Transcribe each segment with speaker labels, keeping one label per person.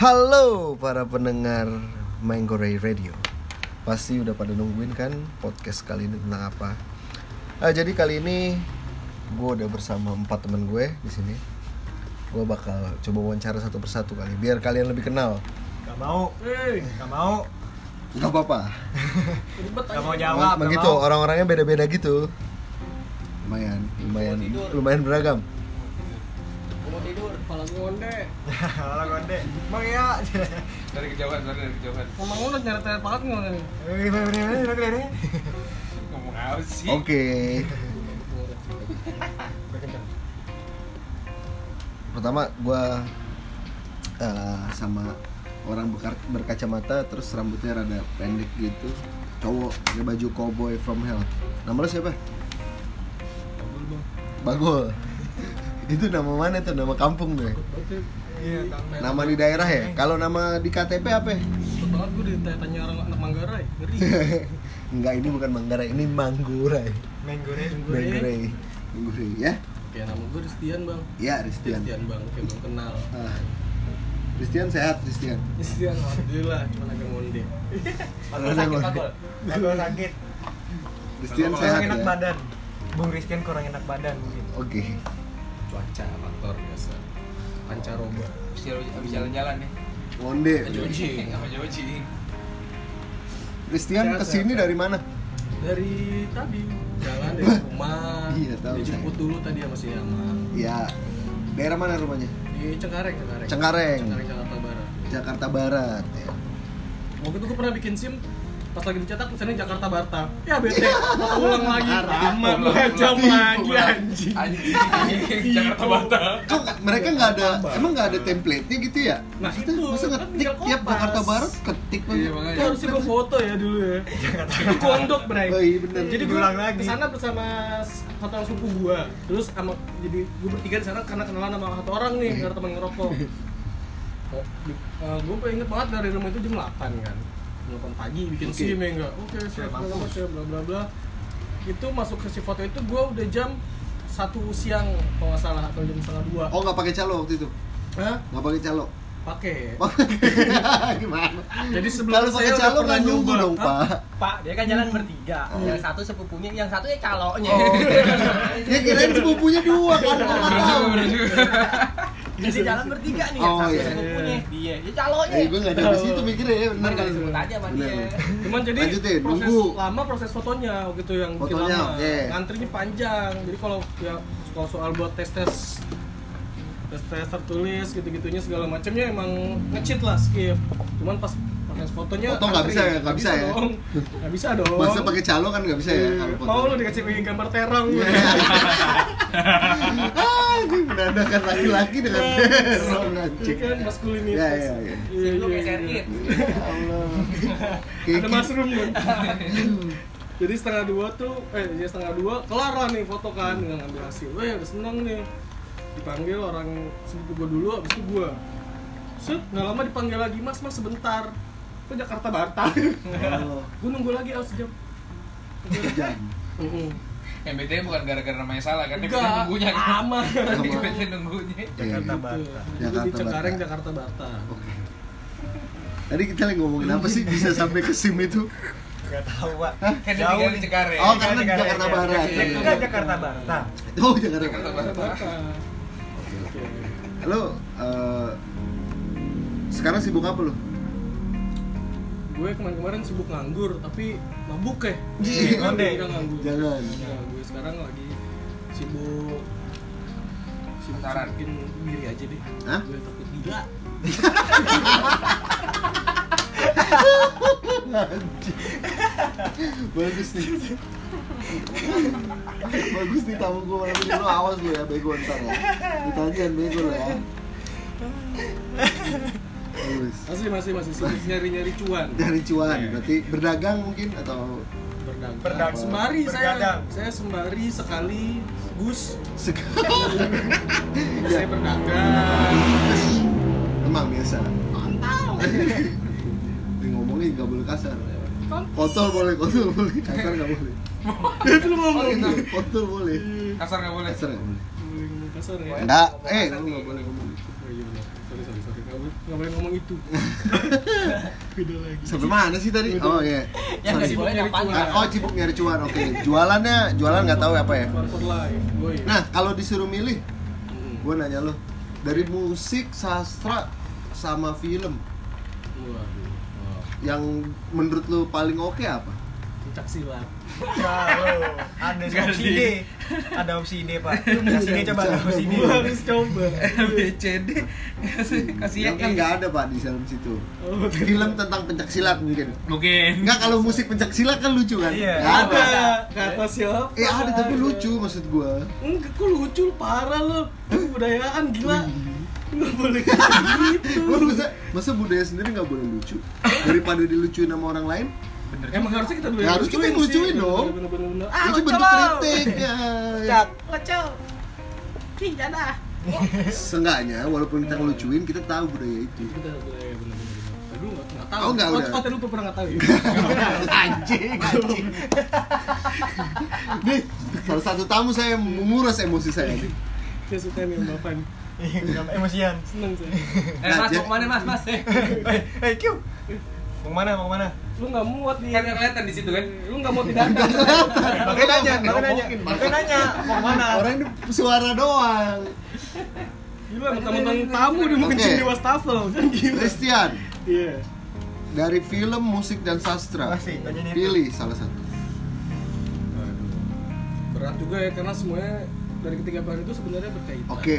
Speaker 1: Halo para pendengar Manggoray Radio Pasti udah pada nungguin kan podcast kali ini tentang apa Ah, Jadi kali ini gue udah bersama empat temen gue di sini. Gue bakal coba wawancara satu persatu kali biar kalian lebih kenal
Speaker 2: Gak mau, gak mau,
Speaker 1: Gak apa-apa
Speaker 2: gak mau
Speaker 1: Emang
Speaker 2: jawab,
Speaker 1: emang
Speaker 2: gak
Speaker 1: gitu,
Speaker 2: mau.
Speaker 1: orang-orangnya beda-beda gitu Lumayan, lumayan, lumayan beragam
Speaker 3: Gua mau tidur, kepala gue onde
Speaker 2: Kalau konde, bang ya.
Speaker 4: dari kejauhan sorry dari kejauhan
Speaker 3: Ngomong lu nyeret-nyeret banget ngomong ini
Speaker 4: ngomong apa sih
Speaker 1: Oke Pertama gue sama orang bekar- berkacamata terus rambutnya rada pendek gitu cowok pakai baju cowboy from hell nama lo siapa Bagul itu nama mana tuh nama kampung deh
Speaker 2: Iya,
Speaker 1: nama di daerah ya kalau nama di KTP apa ya?
Speaker 3: Takut banget gue ditanya orang anak Manggarai Ngeri
Speaker 1: enggak ini bukan Manggarai ini Manggurai
Speaker 2: minggu nih.
Speaker 1: Manggurai Manggurai ya
Speaker 3: Kayak nama gue Ristian bang
Speaker 1: ya Ristian
Speaker 3: Ristian bang, kayak belum kenal
Speaker 1: Ah. Christian sehat Christian.
Speaker 3: Ristian, alhamdulillah, cuma agak onde
Speaker 1: Ada gua.
Speaker 2: Aku sakit,
Speaker 1: Iya, Christian sehat
Speaker 2: kurang enak
Speaker 1: ya. Iya,
Speaker 2: badan. Bung Christian kurang enak badan mungkin.
Speaker 1: Oke.
Speaker 3: Cuaca, faktor biasa Pancaroba
Speaker 4: abis jalan- abis jalan-jalan nih
Speaker 1: Monde.
Speaker 3: Joji.
Speaker 4: sama Joji
Speaker 1: Christian
Speaker 3: Sehat,
Speaker 1: kesini
Speaker 3: sehat.
Speaker 1: dari mana?
Speaker 3: Dari tadi, jalan dari rumah
Speaker 1: Iya, tahu
Speaker 3: Dia jemput dulu tadi sama si Yaman
Speaker 1: Ya daerah mana rumahnya?
Speaker 3: Di Cengkareng, Cengkareng
Speaker 1: Cengkareng.
Speaker 3: Cengkareng, Jakarta Barat
Speaker 1: Jakarta Barat. Ya.
Speaker 3: Waktu itu gue pernah bikin SIM pas lagi dicetak tulisannya Jakarta Barta. Ya bete, mau ulang lagi. Tamat lah
Speaker 4: Pulang, pulang.
Speaker 3: jam lagi
Speaker 1: Iya,
Speaker 4: Pulang.
Speaker 3: anjing.
Speaker 4: anjing anjing, Jakarta Bata
Speaker 1: Kok mereka nggak ada, emang nggak ada template-nya gitu ya?
Speaker 3: Nah,
Speaker 1: Maksudnya,
Speaker 3: itu,
Speaker 1: masa
Speaker 3: kan
Speaker 1: ngetik
Speaker 3: tinggal
Speaker 1: tiap
Speaker 3: kopas.
Speaker 1: Jakarta Barat ketik
Speaker 4: Iya, makanya.
Speaker 3: Itu harusnya gue foto ya dulu ya. Itu kondok, Bray.
Speaker 1: Oh, iya, bener.
Speaker 3: Jadi gue
Speaker 2: Diulang lagi.
Speaker 3: kesana bersama s- satu orang suku gue. Terus sama jadi gue bertiga di sana karena kenalan sama satu orang nih karena teman ngerokok. Oh, eh, gue inget banget dari rumah itu jam 8 kan jam 8 pagi bikin
Speaker 1: Oke.
Speaker 3: SIM ya enggak oke siap
Speaker 2: mampus.
Speaker 3: bla, bla, siap, bla bla bla itu masuk ke si foto itu gue udah jam satu siang kalau nggak salah atau jam setengah dua
Speaker 1: Oh nggak pakai calo waktu itu?
Speaker 3: Hah?
Speaker 1: Nggak pakai calo?
Speaker 3: pakai
Speaker 1: Gimana?
Speaker 3: jadi sebelum
Speaker 1: Oh. Kalau pakai calo nggak nunggu dong pak.
Speaker 5: Pak, dia kan
Speaker 3: Hmm.
Speaker 5: jalan bertiga. Yang satu sepupunya, yang satu ya calonnya.
Speaker 1: Oh. Ya kirain sepupunya dua kan?
Speaker 5: Jadi jalan bertiga nih, yang
Speaker 1: Oh,
Speaker 5: satu
Speaker 1: iya.
Speaker 5: sepupunya, dia,
Speaker 4: ya
Speaker 5: dia
Speaker 1: Eh,
Speaker 5: calonnya.
Speaker 1: gue nggak ada di situ mikirnya ya benar
Speaker 5: Ntar kali sebut aja sama dia.
Speaker 3: cuman jadi
Speaker 1: Lanjutin,
Speaker 3: proses
Speaker 1: nunggu.
Speaker 3: lama proses fotonya gitu yang bikin
Speaker 1: Fotonya,
Speaker 3: lama
Speaker 1: oke.
Speaker 3: ngantrinya panjang jadi kalau ya kalau soal buat tes tes tes tes tertulis gitu gitunya segala macamnya emang ngecit lah skip cuman pas proses fotonya
Speaker 1: Foto nggak
Speaker 3: antri.
Speaker 1: bisa ya, nggak bisa ya?
Speaker 3: dong nggak bisa dong
Speaker 1: Masa pakai calo kan nggak bisa ya? kalau foto.
Speaker 3: Iya.
Speaker 1: Iya,
Speaker 3: mau lu dikasih gambar terong gitu.
Speaker 1: ah, ini menandakan laki-laki dengan terong
Speaker 3: Iya
Speaker 1: anjing.
Speaker 3: kan maskulinitas
Speaker 1: Ya, ya, ya.
Speaker 3: Iya,
Speaker 5: Lu
Speaker 3: iya,
Speaker 5: kayak
Speaker 3: iya.
Speaker 5: Sergit.
Speaker 1: Ya Allah.
Speaker 3: ada mushroom kan jadi setengah dua tuh eh ya setengah dua kelar lah nih foto kan dengan ngambil hasil eh udah seneng nih dipanggil orang sepupu gue dulu abis itu gue set nggak lama dipanggil lagi mas mas sebentar ke Jakarta Barta
Speaker 1: Oh,
Speaker 3: gue nunggu lagi harus jam
Speaker 1: jam. iya.
Speaker 4: MBT bukan gara-gara namanya salah kan MBT
Speaker 3: Enggak,
Speaker 4: nunggunya kan
Speaker 3: lama
Speaker 4: MBT nunggunya
Speaker 1: iya.
Speaker 2: Jakarta
Speaker 1: Oke.
Speaker 2: Barat.
Speaker 3: Jakarta Gitu. di
Speaker 1: Jakarta
Speaker 3: Cengkareng
Speaker 1: Barta.
Speaker 3: Jakarta Barta
Speaker 1: Oke. Tadi kita lagi ngomongin apa sih bisa sampai ke SIM itu?
Speaker 2: Gak tahu pak.
Speaker 4: kan dia
Speaker 2: Jauh
Speaker 4: tinggal di
Speaker 2: nih.
Speaker 4: Cengkareng
Speaker 1: Oh, karena
Speaker 2: Jakarta
Speaker 1: Jakarta
Speaker 2: Barat.
Speaker 1: Barat.
Speaker 2: Ya, Enggak Jakarta Barat. Nah,
Speaker 1: Oh, Jakarta
Speaker 4: Jakarta
Speaker 1: Barat.
Speaker 4: Barat.
Speaker 3: Jakarta
Speaker 1: Oke.
Speaker 3: Barta
Speaker 1: Lo eh, sekarang sibuk apa lo?
Speaker 3: gue kemarin-kemarin sibuk nganggur tapi mabuk ya
Speaker 1: Iya,
Speaker 2: onde.
Speaker 3: Udah nganggur
Speaker 1: Jangan.
Speaker 3: Ya, gue sekarang lagi sibuk sibuk
Speaker 4: Pacaran.
Speaker 3: sibukin diri aja deh.
Speaker 1: Hah?
Speaker 3: Gue takut gila.
Speaker 1: Bagus nih. Bagus nih tamu gue malam ini lo awas lo ya bego ntar ya. Ditanyain bego lo ya. Bagus.
Speaker 3: Masih masih masih sibuk nyari-nyari cuan.
Speaker 1: Dari
Speaker 3: Iya.
Speaker 1: cuan berarti berdagang mungkin atau
Speaker 3: Berdagang.
Speaker 2: Berdagang.
Speaker 3: Sembari
Speaker 2: Bergadang.
Speaker 3: saya saya sembari sekali Gus
Speaker 1: sekarang Iya.
Speaker 3: saya berdagang.
Speaker 1: emang biasa. Ini ngomongnya nggak boleh kasar. Kotor boleh, kotor boleh, kasar nggak boleh.
Speaker 3: Itu lu ngomong.
Speaker 1: Oh, Kotor boleh,
Speaker 4: kasar nggak boleh
Speaker 1: kasar nggak boleh.
Speaker 3: Boleh ngomong kasar ya
Speaker 1: Enggak, eh
Speaker 3: Lu nggak boleh ngomong itu oh, iya benar sorry sorry sorry nggak boleh nggak boleh ngomong itu beda lagi
Speaker 1: sampai mana sih tadi? Oh iya.
Speaker 5: Ya nggak
Speaker 1: Sorry.
Speaker 5: boleh
Speaker 3: Sorry.
Speaker 5: apaan?
Speaker 1: Ah, Oh cibuk nyari cuan, oke. Jualannya, jualan nggak tahu apa ya.
Speaker 3: Corporate life gue ya
Speaker 1: Nah kalau disuruh milih,
Speaker 3: Mm.
Speaker 1: gue nanya lo dari musik, sastra, sama film
Speaker 3: waduh Wah.
Speaker 1: yang menurut lo paling oke apa?
Speaker 3: pencak silat
Speaker 2: Wow, ada opsi D. Ada opsi D, Pak. Kasih D coba ada opsi D.
Speaker 3: gue harus coba
Speaker 4: BCD kasih ya
Speaker 1: Yang kan nggak ada pak di dalam situ.
Speaker 3: Oh,
Speaker 1: Film tentang pencak silat mungkin.
Speaker 4: mungkin
Speaker 1: Nggak kalau musik pencak silat kan lucu kan?
Speaker 2: Iya.
Speaker 1: Nggak ada.
Speaker 3: kata siapa
Speaker 1: Eh ada tapi lucu maksud gue.
Speaker 3: enggak kok lucu lu parah lo budayaan gila nggak boleh kayak gitu
Speaker 1: masa, masa budaya sendiri nggak boleh lucu daripada dilucuin sama orang lain?
Speaker 4: bener
Speaker 3: emang harusnya kita dulu
Speaker 1: Ya, harus kita yang lucuin dong.
Speaker 3: bener-bener ah
Speaker 1: itu bentuk kritik ya.
Speaker 2: Cak.
Speaker 1: Seenggaknya walaupun kita ngelucuin kita tahu budaya itu.
Speaker 3: kita iya, budaya bener-bener lu nggak nggak tahu
Speaker 1: Oh, nggak,
Speaker 3: oh,
Speaker 1: udah.
Speaker 3: oh, tadi lu pernah nggak tahu ya
Speaker 1: anjing anjing nih salah satu tamu saya menguras emosi saya nih
Speaker 3: dia suka nih sama
Speaker 2: Sampai
Speaker 3: Fan
Speaker 2: Iya, emosian.
Speaker 3: seneng saya
Speaker 4: Nah,
Speaker 5: Eh mas, mau kemana mas, mas? Eh,
Speaker 2: Eh, eh, Q. Mau mana? Mau mana?
Speaker 3: lu nggak muat nih
Speaker 4: kan nggak kelihatan di situ kan
Speaker 3: lu nggak mau tidak ada
Speaker 2: Pakai nanya, pakai nanya. Pakai nanya. Mau mana?
Speaker 1: orang ini suara doang
Speaker 3: gila sama teman-teman tamu dia mau
Speaker 1: Oke.
Speaker 3: kencing di wastafel kan gila
Speaker 1: Christian
Speaker 3: iya
Speaker 1: dari film musik dan sastra
Speaker 2: Masih, tanya nih.
Speaker 1: pilih salah satu
Speaker 3: Nah, berat juga ya karena semuanya dari ketiga bahan itu sebenarnya berkaitan
Speaker 1: oke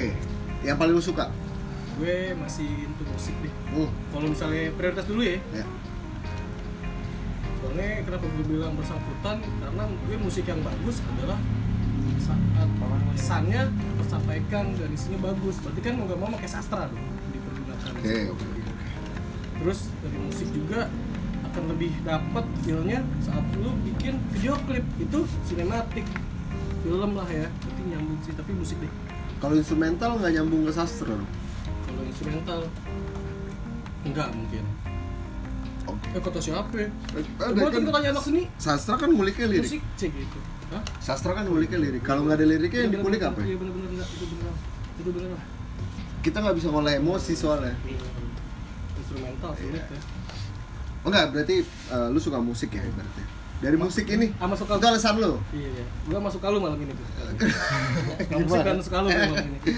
Speaker 1: yang paling lu suka
Speaker 3: gue masih into musik deh
Speaker 1: Hmm,
Speaker 3: kalau misalnya prioritas dulu ya
Speaker 1: ya.
Speaker 3: soalnya kenapa gue bilang bersangkutan karena gue musik yang bagus adalah saat pesannya tersampaikan dan isinya bagus berarti kan mau gak mau pakai sastra dong dipergunakan
Speaker 1: oke oke
Speaker 3: terus dari musik juga akan lebih dapat feelnya saat lu bikin video klip itu sinematik film lah ya berarti nyambung sih tapi musik deh
Speaker 1: kalau instrumental nggak nyambung ke sastra dong?
Speaker 3: kalau instrumental enggak mungkin
Speaker 1: Oke.
Speaker 3: eh kata siapa ya?
Speaker 1: Eh,
Speaker 3: Coba
Speaker 1: kan-
Speaker 3: kita tanya anak seni
Speaker 1: sastra kan nguliknya lirik
Speaker 3: musik cek gitu Hah?
Speaker 1: sastra kan nguliknya lirik kalau nggak ada liriknya yang dikulik apa ya?
Speaker 3: Iya bener-bener enggak, itu bener Itu bener
Speaker 1: kita nggak bisa ngolah emosi soalnya
Speaker 3: Instrumental
Speaker 1: Iya.
Speaker 3: sulit ya
Speaker 1: oh nggak berarti eh, lu suka musik ya berarti dari musik ini
Speaker 3: Ah masuk
Speaker 1: itu
Speaker 3: kalau
Speaker 1: alasan lu
Speaker 3: Iya, iya Gua masuk kalau malam ini Bu. Gak musik
Speaker 1: Gimana?
Speaker 3: kan masuk kalau malam ini
Speaker 4: Eh,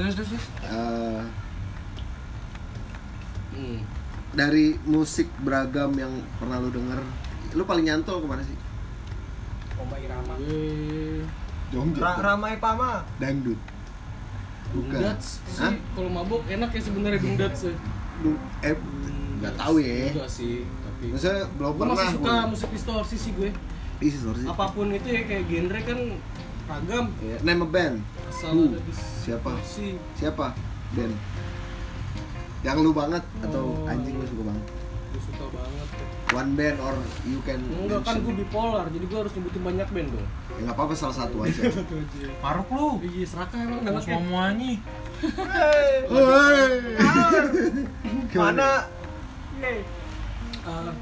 Speaker 4: terus terus terus
Speaker 1: Eh,
Speaker 3: Hmm
Speaker 1: dari musik beragam yang pernah lu denger lu paling nyantol kemana sih?
Speaker 5: Pompa Irama.
Speaker 3: Iya, Gue
Speaker 1: Jongjo
Speaker 2: Ra- Ramai Pama.
Speaker 1: dangdut
Speaker 3: Bung
Speaker 1: bukan
Speaker 3: Dats
Speaker 1: Hah?
Speaker 3: sih kalau mabok enak ya sebenarnya Bung Dats ya
Speaker 1: Dung- eh nggak tahu ya
Speaker 3: Enggak sih Tapi
Speaker 1: maksudnya belum
Speaker 3: Gue
Speaker 1: pernah
Speaker 3: masih suka
Speaker 1: gua.
Speaker 3: musik distorsi sih gue
Speaker 1: Ih, sorry sih.
Speaker 3: Apapun itu ya kayak genre kan ragam
Speaker 1: Iya, name a band
Speaker 3: Asal
Speaker 1: Lu,
Speaker 3: ada distorsi
Speaker 1: siapa? siapa band yang lu banget atau
Speaker 3: Oh.
Speaker 1: anjing lu suka banget
Speaker 3: Gue suka banget ya.
Speaker 1: one band or you can
Speaker 3: Enggak kan gue
Speaker 1: mention.
Speaker 3: bipolar, jadi gue harus nyebutin banyak band dong.
Speaker 1: ya nggak apa-apa salah satu aja
Speaker 3: Satu aja.
Speaker 4: maruk lu
Speaker 3: Iya, serakah emang
Speaker 4: terus
Speaker 3: anaknya.
Speaker 4: mau muanyi
Speaker 1: Woi.
Speaker 2: Mana?
Speaker 5: Iya.
Speaker 3: Ah,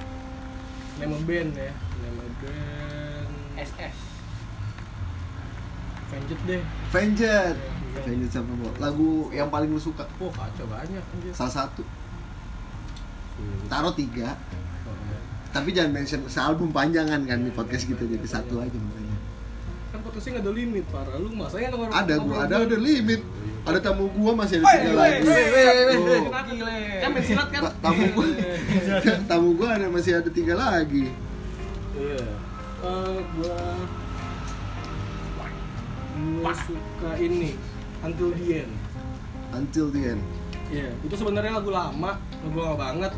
Speaker 3: Nama band ya, nama band
Speaker 5: SS.
Speaker 3: Avenged deh.
Speaker 1: Vengeance Vengeance apa mau lagu yang paling lu suka
Speaker 3: Wah kacau banyak anjir.
Speaker 1: salah satu taruh tiga tapi jangan mention sealbum panjangan kan di podcast kita jadi satu aja makanya
Speaker 3: Kan potensinya nggak ada limit parah. Lu masanya nomor Eh,
Speaker 1: ada gua ada ada limit ada tamu gua masih ada
Speaker 3: Woi,
Speaker 1: tiga
Speaker 3: woi,
Speaker 1: lagu
Speaker 3: woi,
Speaker 2: woi,
Speaker 1: Tuh.
Speaker 3: Kenapa gile? Kan main silat kan?
Speaker 1: Ta- tamu gua tamu gua ada masih ada tiga lagi
Speaker 3: Iya. Eh, gua gua suka ini Until the End.
Speaker 1: until the end
Speaker 3: Iya, itu sebenarnya lagu lama, lagu lama banget.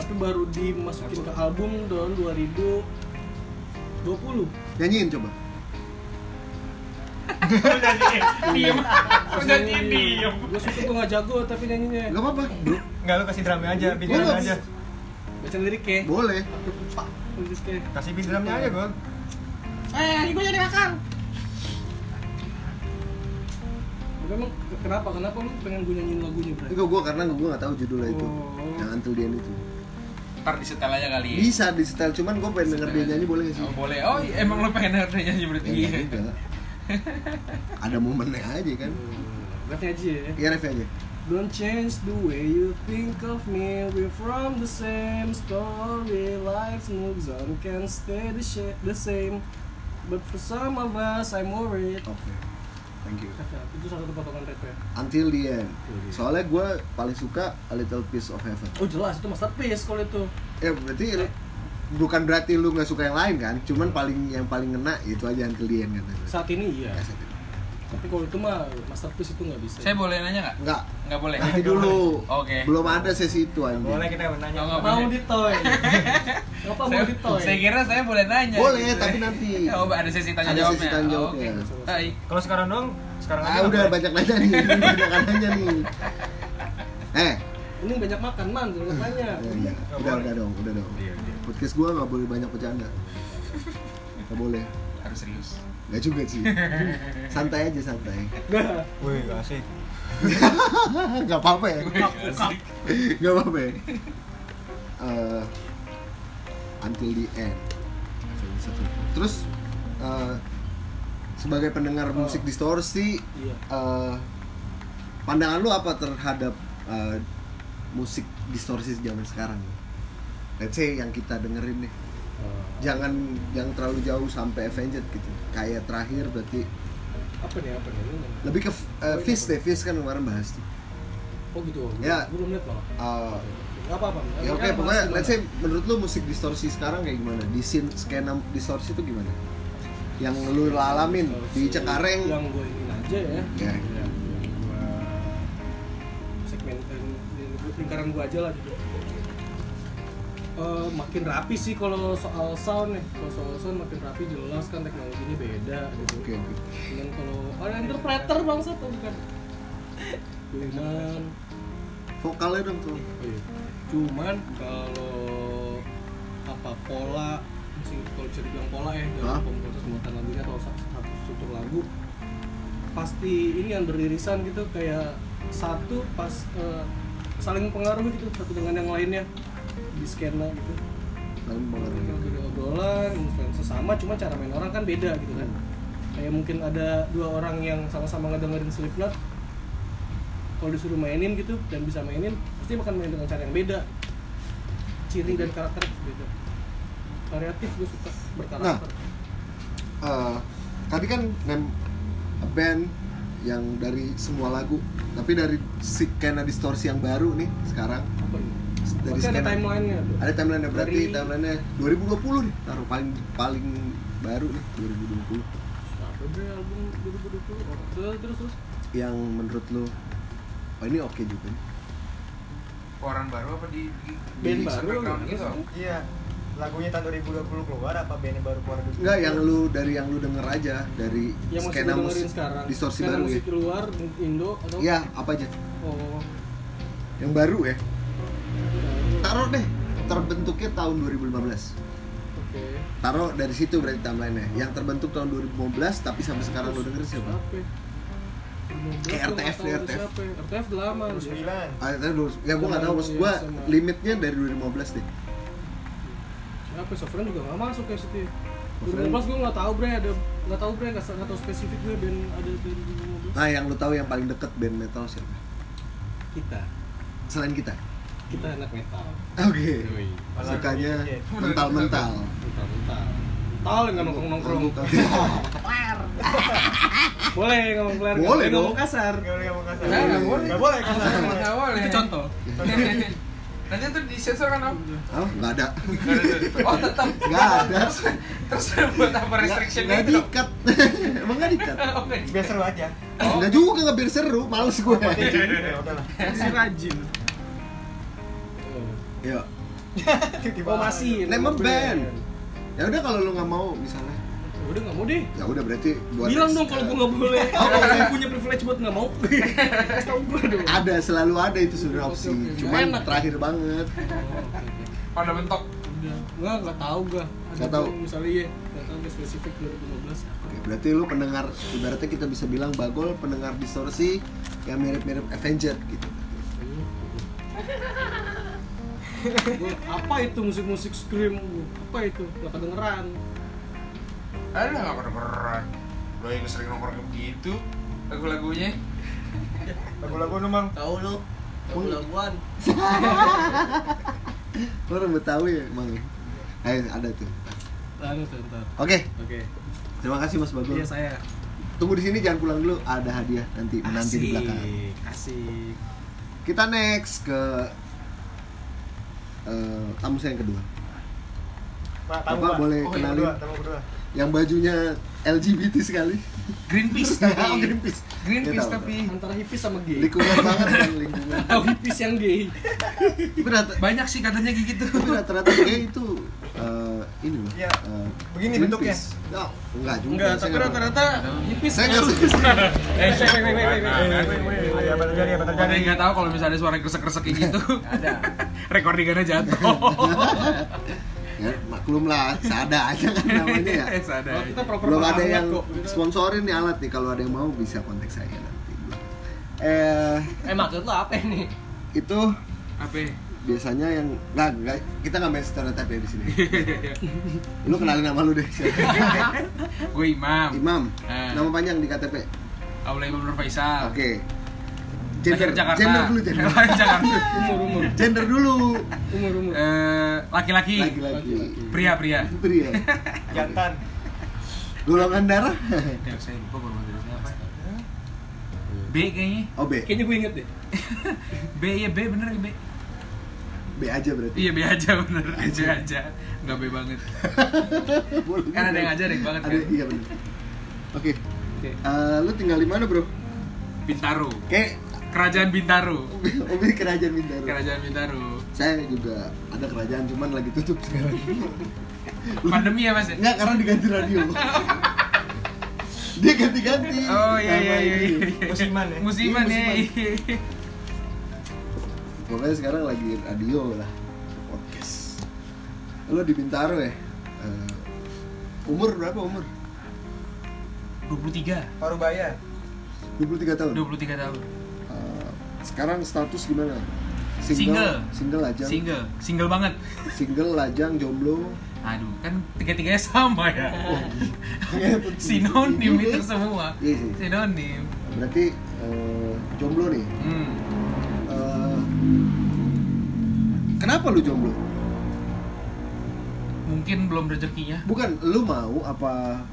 Speaker 3: Tapi baru dimasukin ke album tahun 2020.
Speaker 1: nyanyiin coba
Speaker 4: udah diem
Speaker 3: Gue suka gue gak jago tapi nyanyinya.
Speaker 1: nggak apa-apa bro
Speaker 2: Enggak lu kasih drumnya aja, beat
Speaker 1: Gua
Speaker 2: drumnya
Speaker 1: nggak-
Speaker 2: aja.
Speaker 3: Baca ya, liriknya.
Speaker 1: boleh
Speaker 3: Liriknya.
Speaker 2: Kasih beat drumnya aja, Gon.
Speaker 3: Eh, ini gue jadi akang. Tapi emang ke- kenapa? Kenapa lu pengen gue nyanyiin lagunya, Bray?
Speaker 1: itu gua karena gua nggak tahu judulnya itu
Speaker 3: Oh.
Speaker 1: yang until the end itu
Speaker 4: ntar disetel aja kali ya
Speaker 1: bisa di setel cuman gua pengen denger dia nyanyi boleh nggak sih
Speaker 4: Oh, boleh oh iya, emang lo pengen denger dia nyanyi berarti
Speaker 1: Ya,
Speaker 4: Oh, iya
Speaker 1: enggak juga. ada momennya aja kan
Speaker 3: Refnya aja ya.
Speaker 1: ya ref aja
Speaker 3: Don't change the way you think of me. We're from the same story. Life moves on, can stay the, sh- the same. But for some of us, I'm worried.
Speaker 1: oke thank you
Speaker 3: Itu salah satu potongan rap ya.
Speaker 1: until the end soalnya gue paling suka a little piece of heaven
Speaker 3: Oh jelas itu masterpiece kalau itu.
Speaker 1: ya berarti lu- bukan berarti lu nggak suka yang lain kan cuman paling yang paling ngena itu aja until the end kan
Speaker 3: Saat ini iya.
Speaker 1: Ya, set.
Speaker 3: Tapi kalau itu mah masterpiece itu nggak bisa.
Speaker 4: Saya boleh nanya nggak?
Speaker 1: nggak
Speaker 4: Nggak boleh.
Speaker 1: nanti dulu
Speaker 4: Oke.
Speaker 1: belum ada sesi itu anjing
Speaker 2: Boleh kita bertanya.
Speaker 4: Nggak, nggak.
Speaker 3: mau ditoy. Ngapa
Speaker 4: Saya,
Speaker 3: mau ditoy?
Speaker 4: saya kira saya boleh nanya.
Speaker 1: Boleh,
Speaker 4: gitu.
Speaker 1: tapi nanti.
Speaker 4: Oh, ada sesi tanya
Speaker 1: Ada
Speaker 4: jawabnya.
Speaker 1: sesi tanya
Speaker 4: Oh,
Speaker 1: jawabnya.
Speaker 4: Oke. Baik.
Speaker 2: Kalau sekarang dong, sekarang
Speaker 1: ah udah banyak nanya nih banyak nanya nih eh
Speaker 3: Ini banyak makan man, jangan tanya.
Speaker 1: ya, ya. udah udah dong udah dong
Speaker 2: Iya.
Speaker 4: Iya,
Speaker 1: podcast gue nggak boleh banyak bercanda nggak boleh
Speaker 4: Harus serius.
Speaker 1: nggak juga sih santai aja santai
Speaker 2: Wih, asik.
Speaker 1: nggak apa-apa ya
Speaker 4: Asik.
Speaker 1: nggak apa-apa ya Eh, until the end terus eh, sebagai pendengar musik distorsi
Speaker 3: Iya.
Speaker 1: eh, pandangan lu apa terhadap eh, musik distorsi zaman sekarang let's say yang kita dengerin deh jangan yang terlalu jauh sampai Avenged gitu kayak terakhir berarti
Speaker 3: Apa nih apa nih? Ini nggak-
Speaker 1: lebih ke eh, Fizz deh Fizz kan kemarin bahas tuh
Speaker 3: Oh gitu.
Speaker 1: Ya.
Speaker 3: Gue belum lihat malah.
Speaker 1: Eh,
Speaker 3: Gak apa-apa.
Speaker 1: Ya oke,
Speaker 3: Iya,
Speaker 1: pokoknya let's say menurut lu musik distorsi sekarang kayak gimana? Di scene skena distorsi itu gimana? Yang lu alamin di Cekareng
Speaker 3: Yang gue ingin aja ya.
Speaker 1: Ya.
Speaker 3: Yang gua segmen eh, lingkaran gue aja lah gitu. Eh, makin rapi sih kalau soal sound nih kalau soal sound makin rapi jelas kan teknologinya beda gitu
Speaker 1: Oke, oke.
Speaker 3: dengan kalau oh yang interpreter bangsa tuh bukan cuman
Speaker 1: Vokalnya dong tuh.
Speaker 3: oh iya. cuman kalau apa pola sih kalau bisa dibilang pola ya
Speaker 1: Hah?
Speaker 3: dalam proses pembuatan lagunya atau satu, satu struktur lagu pasti ini yang beririsan gitu kayak satu pas eh, saling pengaruh gitu satu dengan yang lainnya di skena gitu
Speaker 1: Paling
Speaker 3: kalau
Speaker 1: banget.
Speaker 3: beda obrolan influencer sama cuma cara main orang kan beda gitu kan kayak mungkin ada dua orang yang sama-sama ngedengerin Slipknot kalau disuruh mainin gitu dan bisa mainin pasti akan main dengan cara yang beda ciri dan karakter beda variatif gue suka berkarakter
Speaker 1: Nah, Eh, tadi kan nem a band yang dari semua lagu, tapi dari skena distorsi yang baru nih sekarang
Speaker 3: apa ini
Speaker 1: dari
Speaker 3: Oke, ada timelinenya tuh
Speaker 1: ada timeline berarti
Speaker 3: Dari-
Speaker 1: timelinenya 2020 nih taruh paling paling baru nih 2020
Speaker 3: apa deh album 2020 oh, terus terus terus
Speaker 1: yang menurut lu oh ini oke juga nih
Speaker 4: Orang baru apa di, di
Speaker 3: band
Speaker 4: di
Speaker 3: baru
Speaker 4: background
Speaker 3: gitu.
Speaker 4: gitu?
Speaker 2: Iya. Lagunya tahun 2020 keluar apa bandnya baru keluar?
Speaker 1: Enggak, yang lu dari yang lu denger aja dari
Speaker 3: yang masih
Speaker 1: skena
Speaker 3: dengerin
Speaker 1: musik
Speaker 3: sekarang
Speaker 1: distorsi
Speaker 3: Skena
Speaker 1: baru ya.
Speaker 3: musik luar Indo atau
Speaker 1: Iya, apa aja?
Speaker 3: oh
Speaker 1: Yang baru ya.
Speaker 3: baru.
Speaker 1: Taruh deh terbentuknya tahun 2015.
Speaker 3: oke
Speaker 1: Taruh dari situ berarti timeline-nya. Yang terbentuk tahun 2015 tapi sampai sekarang lu denger siapa?
Speaker 3: Siapa?
Speaker 1: Kayak RTF, RTF.
Speaker 3: Siapa? RTF udah lama.
Speaker 2: Terus
Speaker 3: dia.
Speaker 2: bilang.
Speaker 1: Ah, tadi lu- ya gua enggak tahu maksud gua limitnya dari 2015 deh.
Speaker 3: Siapa? Sovereign juga nggak masuk ya situ. ya.
Speaker 1: Sovereign.
Speaker 3: 2015 gue nggak tahu bre ada nggak tahu bre nggak nggak tahu spesifik gue band ada band 2015.
Speaker 1: Nah, yang lu tahu yang paling deket band metal siapa?
Speaker 3: Kita
Speaker 1: Selain kita.
Speaker 3: kita anak metal.
Speaker 1: Oke.
Speaker 3: Yoi.
Speaker 1: Sukanya mental-mental.
Speaker 3: Metal metal. Metal yang nggak nongkrong nongkrong. Boleh ngomong kelar. nggak
Speaker 1: Boleh
Speaker 3: ngomong
Speaker 1: dong.
Speaker 3: kasar.
Speaker 2: Enggak boleh ngomong kasar.
Speaker 4: Nah, nggak boleh.
Speaker 2: Nggak boleh kasar.
Speaker 4: Nggak boleh.
Speaker 5: Itu contoh.
Speaker 4: Nanti tuh disensor kan om?
Speaker 1: Oh, enggak ada.
Speaker 4: Nggak ada tuh. Oh tetap.
Speaker 1: Enggak ada.
Speaker 4: Terus buat apa restriction
Speaker 1: Nggak- nggak
Speaker 4: gitu?
Speaker 1: diikat. Emang nggak diikat?
Speaker 4: Oh, nggak di-
Speaker 2: Biar seru aja.
Speaker 4: Oh.
Speaker 1: Nggak juga nggak biar seru, males gue.
Speaker 2: Ya udahlah.
Speaker 3: Si rajin.
Speaker 1: Yo,
Speaker 2: Tiba-tiba
Speaker 3: Oh masih.
Speaker 1: name a
Speaker 3: Nggak
Speaker 1: band. Ya udah kalau lu nggak mau misalnya,
Speaker 3: Ya Udah nggak mau deh.
Speaker 1: ya udah berarti buat
Speaker 3: Bilang dong kalau gue nggak boleh. Kalau gue punya privilege buat nggak mau. Kasih tau gue dong.
Speaker 1: ada selalu ada itu sebenarnya opsi,
Speaker 3: Oke, oke.
Speaker 1: cuman
Speaker 3: Enak.
Speaker 1: terakhir banget.
Speaker 4: Ada bentok.
Speaker 3: Udah, nggak nggak tahu gua. Ada
Speaker 1: Nggak tahu.
Speaker 3: tuh Misalnya iya, nggak tahu gua spesifik 2015.
Speaker 1: Oke, berarti lu pendengar ibaratnya kita bisa bilang bagol pendengar distorsi yang mirip-mirip Avenger gitu.
Speaker 3: Gua, apa itu musik-musik scream? Apa itu? Gak kedengeran.
Speaker 4: Ada nggak pernah berat. gue yang sering nongkrong begitu lagu-lagunya
Speaker 2: Lagu-lagu lu, Mang.
Speaker 5: Tahu lu? Tahu laguan.
Speaker 1: Lo orang Betawi ya, Mang? Ayo, ada tuh.
Speaker 3: Lalu tuh, ntar.
Speaker 1: Oke,
Speaker 3: Oke.
Speaker 1: terima kasih Mas Bagul.
Speaker 3: Iya saya.
Speaker 1: Tunggu di sini jangan pulang dulu, ada hadiah nanti menanti di belakang.
Speaker 3: Asik, Asik.
Speaker 1: Kita next ke eh, tamu saya yang kedua.
Speaker 2: Pak, tamu,
Speaker 1: Bapak
Speaker 2: Pak.
Speaker 1: boleh
Speaker 2: Oh, yang
Speaker 1: kenalin.
Speaker 2: kedua, tamu kedua.
Speaker 1: Yang bajunya LGBT sekali.
Speaker 4: Greenpeace
Speaker 1: Oh,
Speaker 4: tapi
Speaker 1: Greenpeace. Dia
Speaker 4: Greenpeace
Speaker 1: tahu,
Speaker 4: tapi
Speaker 3: Antara hipis sama gay.
Speaker 1: Lingkungan banget kan lingkungan.
Speaker 3: Atau hipis yang gay.
Speaker 1: Tapi rata-
Speaker 4: banyak sih katanya kayak gitu
Speaker 1: tapi rata-rata gay itu eh, ini loh.
Speaker 2: Iya.
Speaker 1: eh,
Speaker 2: Begini bentuknya.
Speaker 1: Greenpeace. Oh, enggak juga.
Speaker 3: Enggak,
Speaker 1: saya
Speaker 3: tapi
Speaker 1: enggak-
Speaker 3: rata-rata hipis.
Speaker 1: Saya nggak
Speaker 3: harus.
Speaker 2: Eh, wait, wait, wait, wait,
Speaker 4: Nah,
Speaker 2: wait,
Speaker 4: nah,
Speaker 2: wait, wait, wait. Apa terjadi? Apa
Speaker 4: Ada
Speaker 2: terjadi?
Speaker 4: yang nggak tahu kalau misalnya ada suara kresek-kresek kayak gitu ada recordingannya jatuh
Speaker 1: Ya, maklum lah, seadanya kan namanya ya.
Speaker 4: Sadar.
Speaker 3: Kalau kita proper
Speaker 1: belum ada
Speaker 3: banget
Speaker 1: yang
Speaker 3: Eh, kok. Kita-
Speaker 1: sponsorin nih alat nih kalau ada yang mau bisa kontak saya nanti eh
Speaker 5: Eh maksud lu apa ini?
Speaker 1: itu
Speaker 4: apa
Speaker 1: biasanya yang nah nggak- kita nggak main stereotip ya di sini lu kenalin nama lu deh
Speaker 4: gue imam
Speaker 1: Imam
Speaker 4: Eh.
Speaker 1: nama panjang di KTP oke
Speaker 4: Aula Imam Nur Faisal
Speaker 1: gender
Speaker 4: Lahir
Speaker 1: gender dulu
Speaker 4: Ah. Jakarta
Speaker 1: gender
Speaker 4: Lahir Jakarta
Speaker 3: Umur, umur,
Speaker 1: gender dulu
Speaker 3: umur, umur.
Speaker 4: Eh, laki-laki
Speaker 1: lagi-lagi
Speaker 4: pria pria
Speaker 1: pria
Speaker 2: Jantan.
Speaker 1: golongan darah
Speaker 4: Ya, saya lupa baru dari siapa B kayaknya
Speaker 1: oh B
Speaker 3: Kayaknya gue inget deh.
Speaker 4: B ya B bener ya, B
Speaker 1: B aja berarti
Speaker 4: iya B aja bener B aja nggak B banget
Speaker 1: Boleh
Speaker 4: Kan ada yang
Speaker 1: juga.
Speaker 4: ajarin banget,
Speaker 1: Ada-
Speaker 4: kan?
Speaker 1: iya benar oke
Speaker 3: Oke.
Speaker 1: Eh, lu tinggal di mana bro
Speaker 4: Bintaro
Speaker 1: kayak
Speaker 4: kerajaan Bintaro
Speaker 1: Obi kerajaan Bintaro.
Speaker 4: kerajaan Bintaro
Speaker 1: Saya juga ada kerajaan cuman lagi tutup sekarang.
Speaker 4: pandemi ya mas ya?
Speaker 1: Enggak karena diganti radio. Dia ganti-ganti.
Speaker 4: oh iya
Speaker 1: nama
Speaker 4: iya iya
Speaker 1: ini.
Speaker 4: iya.
Speaker 2: Musiman ya?
Speaker 4: musiman
Speaker 1: Iya,
Speaker 4: ya
Speaker 1: Pokoknya sekarang lagi radio lah. Podcast. Lo di Bintaro ya? Eh, umur berapa umur?
Speaker 4: 23
Speaker 2: Paruh bayar.
Speaker 1: 23 tahun.
Speaker 4: 23 tahun
Speaker 1: Eh, sekarang status gimana?
Speaker 4: Single.
Speaker 1: Single lajang.
Speaker 4: single single banget
Speaker 1: Single lajang jomblo.
Speaker 4: aduh kan tiga-tiganya sama ya
Speaker 1: Sinonim
Speaker 4: sinonim itu
Speaker 1: Oh.
Speaker 4: semua
Speaker 1: Iya sih.
Speaker 4: sinonim
Speaker 1: Berarti eh, jomblo nih.
Speaker 4: hmm.
Speaker 1: Eh, kenapa lu jomblo?
Speaker 4: mungkin belum rezekinya
Speaker 1: Bukan lu mau apa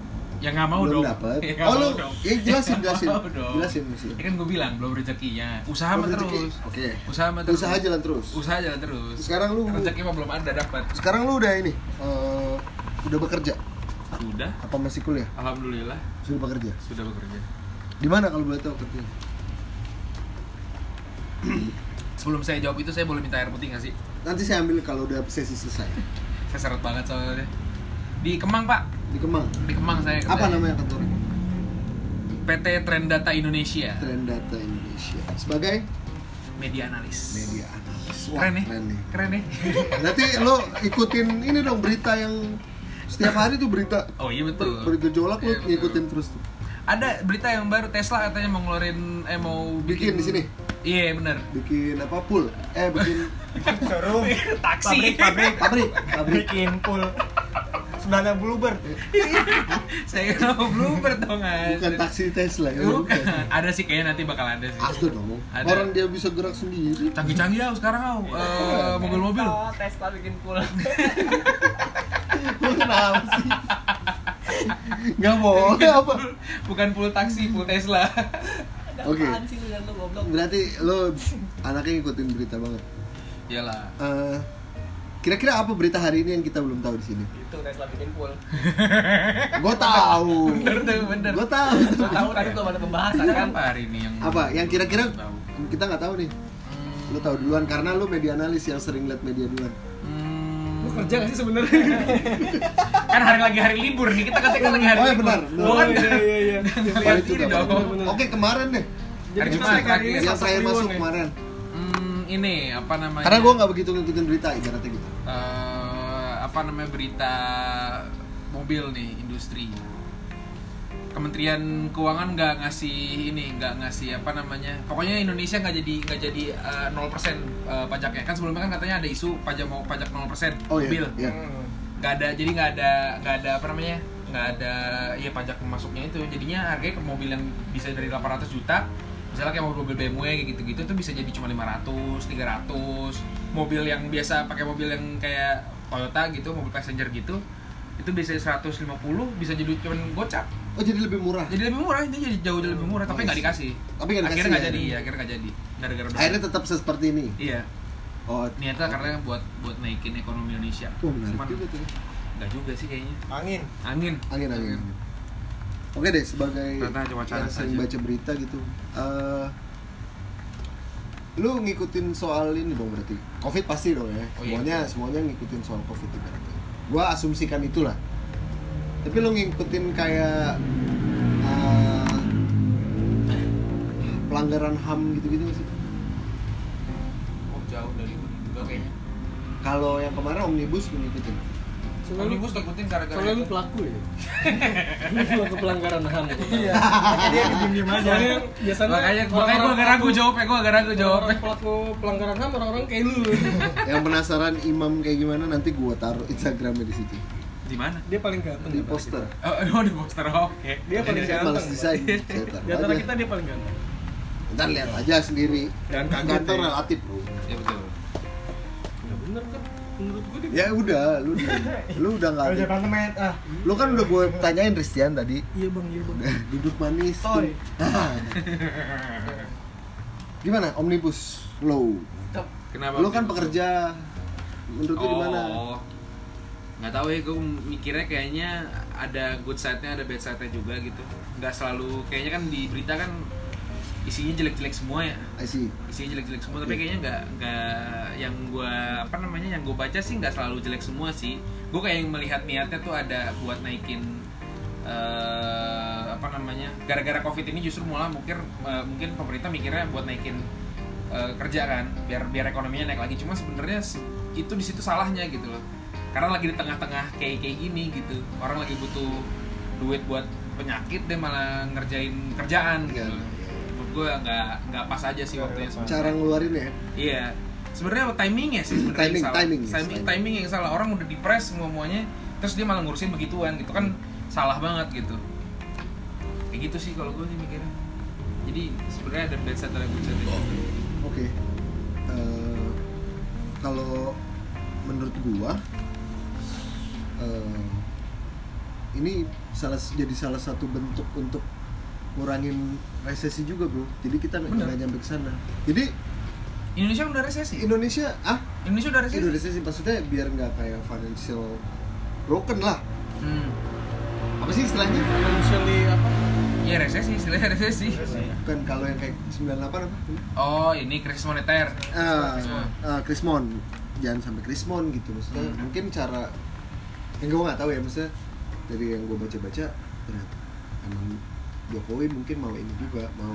Speaker 4: ya nggak mau
Speaker 1: belum
Speaker 4: dong
Speaker 1: dapet?
Speaker 4: ya nggak
Speaker 1: oh lu,
Speaker 4: mau dong
Speaker 1: ya jelasin
Speaker 4: Nggak
Speaker 1: jelasin,
Speaker 4: mau dong.
Speaker 1: jelasin sih.
Speaker 4: ya kan gue bilang belum rezekinya usaha mah
Speaker 1: Belum rezeki.
Speaker 4: terus
Speaker 1: Oke.
Speaker 4: usaha mah terus
Speaker 1: Usaha jalan terus.
Speaker 4: usaha jalan terus
Speaker 1: Sekarang lu
Speaker 4: rezeki mah belum ada dapat
Speaker 1: sekarang lu udah ini eh, udah bekerja
Speaker 4: sudah
Speaker 1: apa masih kuliah?
Speaker 4: alhamdulillah
Speaker 1: Sudah bekerja.
Speaker 4: sudah bekerja
Speaker 1: Di mana kalau boleh tahu kerja?
Speaker 4: sebelum saya jawab itu saya boleh minta air putih nggak sih
Speaker 1: Nanti saya ambil kalau udah sesi selesai.
Speaker 4: saya seret banget soalnya di Kemang pak
Speaker 1: Di Kemang.
Speaker 4: di Kemang saya
Speaker 1: Apa
Speaker 4: kerja.
Speaker 1: namanya kantornya?
Speaker 4: PT Trend Data Indonesia
Speaker 1: Trend Data Indonesia. Sebagai
Speaker 4: media analis
Speaker 1: media analis. Wah,
Speaker 4: keren nih
Speaker 1: Keren nih.
Speaker 4: keren nih
Speaker 1: Nanti lo ikutin ini dong berita yang setiap hari tuh berita
Speaker 4: oh iya betul
Speaker 1: ber- bergejolak lo
Speaker 4: Iya, betul.
Speaker 1: ngikutin terus tuh.
Speaker 4: ada berita yang baru Tesla katanya mau ngeluarin eh mau bikin,
Speaker 1: Bikin di sini?
Speaker 4: iya bener
Speaker 1: Bikin apa pool? Eh bikin
Speaker 2: Showroom.
Speaker 4: taksi
Speaker 2: Pabrik,
Speaker 1: pabrik.
Speaker 2: pabrik. Impul. 90 Bluebird.
Speaker 4: saya nggak mau blooper dong Mas.
Speaker 1: Bukan Ah. taksi Tesla ya.
Speaker 4: bukan ada sih kayaknya nanti bakal ada sih
Speaker 1: Asli dong.
Speaker 4: Ada.
Speaker 1: Orang dia bisa gerak sendiri.
Speaker 4: canggih-canggih ya sekarang au
Speaker 1: Iya.
Speaker 4: Eh, mobil-mobil
Speaker 5: Oh, Tesla bikin pulang.
Speaker 1: Lo kenapa sih? Gak boleh apa?
Speaker 4: bukan full taksi full Tesla
Speaker 5: Ada
Speaker 1: Oke.
Speaker 5: apaan sih lu dan lu goblok?
Speaker 1: Berarti lo anaknya ngikutin berita banget.
Speaker 4: iyalah
Speaker 1: Eh, kira-kira apa berita hari ini yang kita belum tahu di sini?
Speaker 5: Itu Tesla bikin pool.
Speaker 1: Gue tahu.
Speaker 4: bener tuh bener
Speaker 1: Gue tahu. ya?
Speaker 5: Gua tahu tadi belum ada pembahasan
Speaker 4: Ada
Speaker 5: kan.
Speaker 4: kan apa hari ini yang
Speaker 1: Apa? Yang kira-kira
Speaker 4: tahu
Speaker 1: kita nggak tahu nih. Lo tahu duluan karena lo media analis yang sering lihat media duluan.
Speaker 4: Hmm.
Speaker 3: Lu kerja gak sih sebenarnya?
Speaker 4: kan hari lagi hari libur nih kita katanya kan lagi hari
Speaker 1: Oh, iya,
Speaker 4: libur
Speaker 1: benar, benar.
Speaker 4: Gua kan
Speaker 3: iya iya iya.
Speaker 1: Kemarin
Speaker 4: lihat ini
Speaker 1: juga,
Speaker 4: dong kan?
Speaker 1: kemarin.
Speaker 3: Benar.
Speaker 1: Oke kemarin deh,
Speaker 3: Jadi
Speaker 4: Hari
Speaker 3: kita
Speaker 4: Jumat
Speaker 3: naik hari ini
Speaker 4: terakhir.
Speaker 1: yang
Speaker 3: Sasa
Speaker 1: saya
Speaker 3: Kliwon
Speaker 1: masuk
Speaker 3: ya.
Speaker 1: kemarin.
Speaker 4: Hmm, ini apa namanya
Speaker 1: Karena gue nggak begitu ngikutin berita ibaratnya gitu.
Speaker 4: eh apa namanya berita mobil nih industri Kementerian Keuangan nggak ngasih ini nggak ngasih apa namanya pokoknya Indonesia nggak jadi nggak jadi eh, nol persen pajaknya kan sebelumnya kan katanya ada isu pajak mau pajak 0%
Speaker 1: Oh iya.
Speaker 4: mobil
Speaker 1: iya.
Speaker 2: Hmm.
Speaker 4: nggak ada jadi nggak ada nggak ada apa namanya nggak ada ya pajak masuknya itu jadinya harganya ke mobil yang bisa dari 800 juta misalnya kayak mobil BMW kayak gitu-gitu tuh bisa jadi cuma 500, 300 mobil yang biasa pakai mobil yang kayak Toyota gitu mobil passenger gitu itu biasanya 150 bisa jadi cuman gocap
Speaker 1: Oh jadi lebih murah.
Speaker 4: jadi lebih murah itu jadi jauh lebih murah tapi nggak dikasih
Speaker 1: Tapi nggak
Speaker 4: akhirnya
Speaker 1: dikasih
Speaker 4: nggak
Speaker 1: ya?
Speaker 4: jadi ya akhirnya nggak jadi gara-gara dosa.
Speaker 1: Akhirnya tetap seperti ini.
Speaker 4: iya
Speaker 1: Oh,
Speaker 4: niatnya karena buat buat naikin ekonomi Indonesia
Speaker 1: Wah, menarik
Speaker 4: cuman
Speaker 1: juga tuh.
Speaker 4: nggak juga sih kayaknya
Speaker 2: angin
Speaker 4: angin
Speaker 1: Angin, angin. Oke deh, sebagai
Speaker 4: Ternyata cuma
Speaker 1: yang
Speaker 4: panas
Speaker 1: sering
Speaker 4: aja.
Speaker 1: baca berita gitu. eh, lu ngikutin soal ini dong berarti. Covid pasti dong ya.
Speaker 4: Oh iya,
Speaker 1: Semuanya
Speaker 4: betul.
Speaker 1: semuanya ngikutin soal Covid ibaratnya. Gua asumsikan itulah. Tapi lu ngikutin kayak eh, pelanggaran HAM gitu-gitu nggak sih?
Speaker 4: oh jauh dari gue juga kayaknya
Speaker 1: Kalau yang kemarin omnibus lu ngikutin.
Speaker 3: Soalnya lu-
Speaker 4: Omnibus ngikutin gara-gara
Speaker 3: Soalnya lu
Speaker 4: itu.
Speaker 3: pelaku ya. lu pelaku pelanggaran HAM.
Speaker 2: iya dia diem aja
Speaker 3: Soalnya yang biasanya
Speaker 4: makanya makanya gue agak ragu jawabnya gue agak ragu jawabnya
Speaker 3: Orang pelaku pelanggaran HAM orang-orang kayak lu.
Speaker 1: yang penasaran imam kayak gimana nanti gua taruh Instagramnya di situ.
Speaker 4: di mana
Speaker 3: Dia paling ganteng.
Speaker 1: Di
Speaker 3: antara
Speaker 1: poster.
Speaker 3: kita.
Speaker 4: oh, oh, di poster oke
Speaker 3: Dia paling
Speaker 1: Saya
Speaker 3: ganteng.
Speaker 1: males desain. Saya taruh
Speaker 3: Di antara
Speaker 1: aja.
Speaker 3: kita dia paling ganteng.
Speaker 1: Ntar lihat aja sendiri.
Speaker 3: Dan kaget
Speaker 1: Ganteng
Speaker 3: ya.
Speaker 1: relatif bro.
Speaker 4: ya betul
Speaker 3: Ya bener kan? Menurut gue dia
Speaker 1: Ya udah, lu lu udah nggak.
Speaker 2: Kalau
Speaker 1: ada.
Speaker 2: Jakarta main ah
Speaker 1: Lu kan udah gue tanyain Ristian tadi.
Speaker 3: Iya bang, iya bang.
Speaker 1: Udah, Duduk manis. tuh. Ah.
Speaker 3: Toy.
Speaker 1: Gimana omnibus law?
Speaker 4: kenapa
Speaker 1: Lu kan pekerja. Menurut lu gimana?
Speaker 4: Oh, nggak tahu ya, gue mikirnya kayaknya ada good side-nya, ada bad side-nya juga gitu. Nggak selalu, kayaknya kan di berita kan isinya jelek-jelek semua ya.
Speaker 1: I see.
Speaker 4: Isinya jelek-jelek semua,
Speaker 1: Iya.
Speaker 4: tapi kayaknya nggak nggak yang gue apa namanya yang gue baca sih nggak selalu jelek semua sih. Gue kayak yang melihat niatnya tuh ada buat naikin eh, apa namanya gara-gara covid ini justru mulai mungkin eh, mungkin pemerintah mikirnya buat naikin eh, kerja kan biar biar ekonominya naik lagi cuma sebenarnya se- itu di situ salahnya gitu loh karena lagi di tengah-tengah kayak kayak gini gitu orang lagi butuh duit buat penyakit dia malah ngerjain kerjaan gitu
Speaker 1: Iya,
Speaker 4: loh.
Speaker 1: iya.
Speaker 4: menurut gue nggak nggak pas aja sih
Speaker 2: Nggak
Speaker 4: waktunya
Speaker 2: pas.
Speaker 4: sebenarnya.
Speaker 1: Cara ngeluarin ya.
Speaker 4: Iya. Sebenarnya timingnya sih sebenarnya
Speaker 1: Timing,
Speaker 4: yang salah.
Speaker 1: timing, yes,
Speaker 4: timing,
Speaker 1: timing.
Speaker 4: timing yang salah. Orang udah depres semuanya, terus dia malah ngurusin begituan gitu kan salah banget gitu. Kayak gitu sih kalau gue sih mikirnya. Jadi sebenarnya ada bad side ada good side juga.
Speaker 1: Oke. Eh, kalau menurut gua eh, ini salah jadi salah satu bentuk untuk ngurangin resesi juga, Bro. Jadi kita nggak
Speaker 4: Bener.
Speaker 1: nggak nyampe ke sana. Jadi
Speaker 4: Indonesia udah resesi.
Speaker 1: Indonesia ah
Speaker 4: Indonesia udah resesi.
Speaker 1: Indonesia sih maksudnya biar nggak kayak financial broken lah.
Speaker 4: Hmm.
Speaker 1: Apa sih istilahnya?
Speaker 3: Financially apa?
Speaker 4: Iya resesi, istilahnya resesi.
Speaker 1: Bukan kalau yang kayak 98 apa?
Speaker 4: Oh, ini krisis moneter.
Speaker 1: Ah,
Speaker 4: Krismon.
Speaker 1: ah, Krismon jangan sampai Krismon gitu maksudnya
Speaker 4: Hmm.
Speaker 1: mungkin cara yang gue nggak tahu ya maksudnya dari yang gue baca-baca ternyata emang Jokowi mungkin mau ini juga mau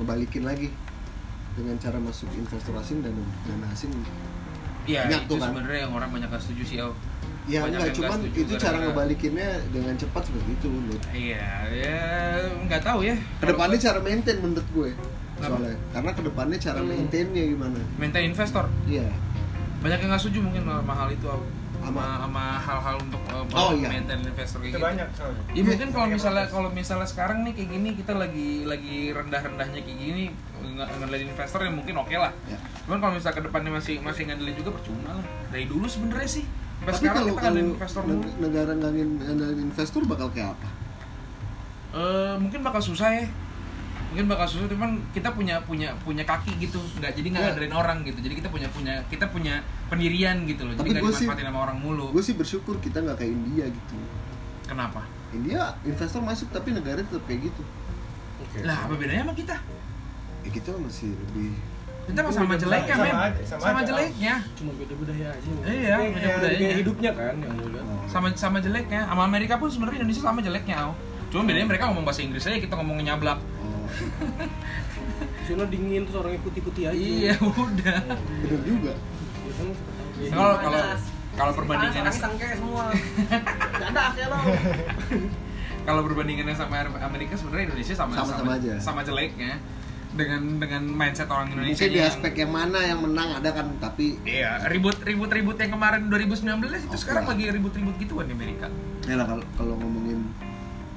Speaker 1: ngebalikin lagi dengan cara masuk investor asing dan dana asing Ya,
Speaker 4: Iya,
Speaker 1: Banyak
Speaker 4: itu
Speaker 1: tuh, kan?
Speaker 4: sebenarnya yang orang banyak gak setuju sih, oh. El.
Speaker 1: ya
Speaker 4: Banyak
Speaker 1: enggak
Speaker 4: yang
Speaker 1: cuman
Speaker 4: nggak setuju
Speaker 1: itu cara
Speaker 4: gara-gara-
Speaker 1: ngebalikinnya dengan cepat seperti itu menurut
Speaker 4: Iya, ya nggak tahu ya.
Speaker 1: kedepannya cara maintain menurut gue
Speaker 4: Kenapa? Hmm.
Speaker 1: soalnya karena kedepannya cara maintainnya gimana
Speaker 4: Mental investor.
Speaker 1: iya
Speaker 4: banyak yang nggak setuju mungkin sama hal itu Al. sama sama hal-hal untuk uh,
Speaker 1: Oh, iya.
Speaker 4: maintain investor kayak
Speaker 2: itu
Speaker 4: gitu.
Speaker 2: banyak soalnya
Speaker 4: Ya mungkin kalau
Speaker 2: Iya,
Speaker 4: misalnya
Speaker 2: bagus.
Speaker 4: kalau misalnya sekarang nih kayak gini kita lagi lagi rendah-rendahnya kayak gini nge- ngandelin investor yang mungkin oke lah.
Speaker 1: Ya.
Speaker 4: Cuman kalau misalnya ke depannya masih masih ngandelin juga percuma lah. Dari dulu sebenarnya sih. Sampai
Speaker 1: tapi
Speaker 4: sekarang
Speaker 1: kalau
Speaker 4: kita
Speaker 1: kalau
Speaker 4: ngandelin investor dulu.
Speaker 1: neg- negara ngangin ngandalin investor bakal kayak apa
Speaker 4: Eh, mungkin bakal susah ya mungkin bakal susah cuman kita punya punya punya kaki gitu nggak jadi nggak
Speaker 1: Ya.
Speaker 4: ngandelin orang gitu jadi kita punya punya kita punya pendirian gitu loh
Speaker 1: Tapi
Speaker 4: jadi nggak
Speaker 1: gua sih-
Speaker 4: dimanfaatin sama orang mulu
Speaker 1: gue sih bersyukur kita nggak kayak India gitu
Speaker 4: kenapa
Speaker 1: India investor masuk tapi negara tetap kayak gitu
Speaker 4: lah apa bedanya sama kita
Speaker 1: ya kita masih lebih
Speaker 4: Kita mah sama jeleknya,
Speaker 2: Sama
Speaker 4: men.
Speaker 2: aja,
Speaker 4: Sama,
Speaker 2: sama aja.
Speaker 4: jeleknya.
Speaker 3: Cuma beda budaya aja. Yang-
Speaker 4: Iya, beda
Speaker 3: yang
Speaker 4: budayanya.
Speaker 3: gaya hidupnya kan yang lu lihat.
Speaker 1: oh,
Speaker 4: Sama sama jeleknya. Sama Amerika pun sebenarnya Indonesia sama jeleknya, Au. Cuma bedanya mereka ngomong bahasa Inggris aja, kita ngomong nyablak.
Speaker 1: oh,
Speaker 3: Soalnya dingin terus orangnya putih-putih
Speaker 1: Ya,
Speaker 3: aja.
Speaker 4: Iya, udah.
Speaker 1: bener juga
Speaker 3: Ya kan lu suka tahu.
Speaker 4: Nah, Kalau
Speaker 1: Iya,
Speaker 5: Panas.
Speaker 4: kalau kalau perbandingannya
Speaker 5: Panas, orangnya tangke semua. Dada akhirnya lo.
Speaker 4: kalau perbandingannya sama Amerika sebenarnya Indonesia sama
Speaker 1: Sama-sama aja.
Speaker 4: sama jeleknya. dengan dengan mindset orang Indonesia
Speaker 1: Mungkin di aspek yang mana yang menang ada kan tapi
Speaker 4: Iya, ribut-ribut-ribut yang kemarin 2019 itu
Speaker 1: Oke
Speaker 4: sekarang
Speaker 1: lah.
Speaker 4: lagi ribut-ribut gituan di Amerika.
Speaker 1: ya lah kalau kalau ngomongin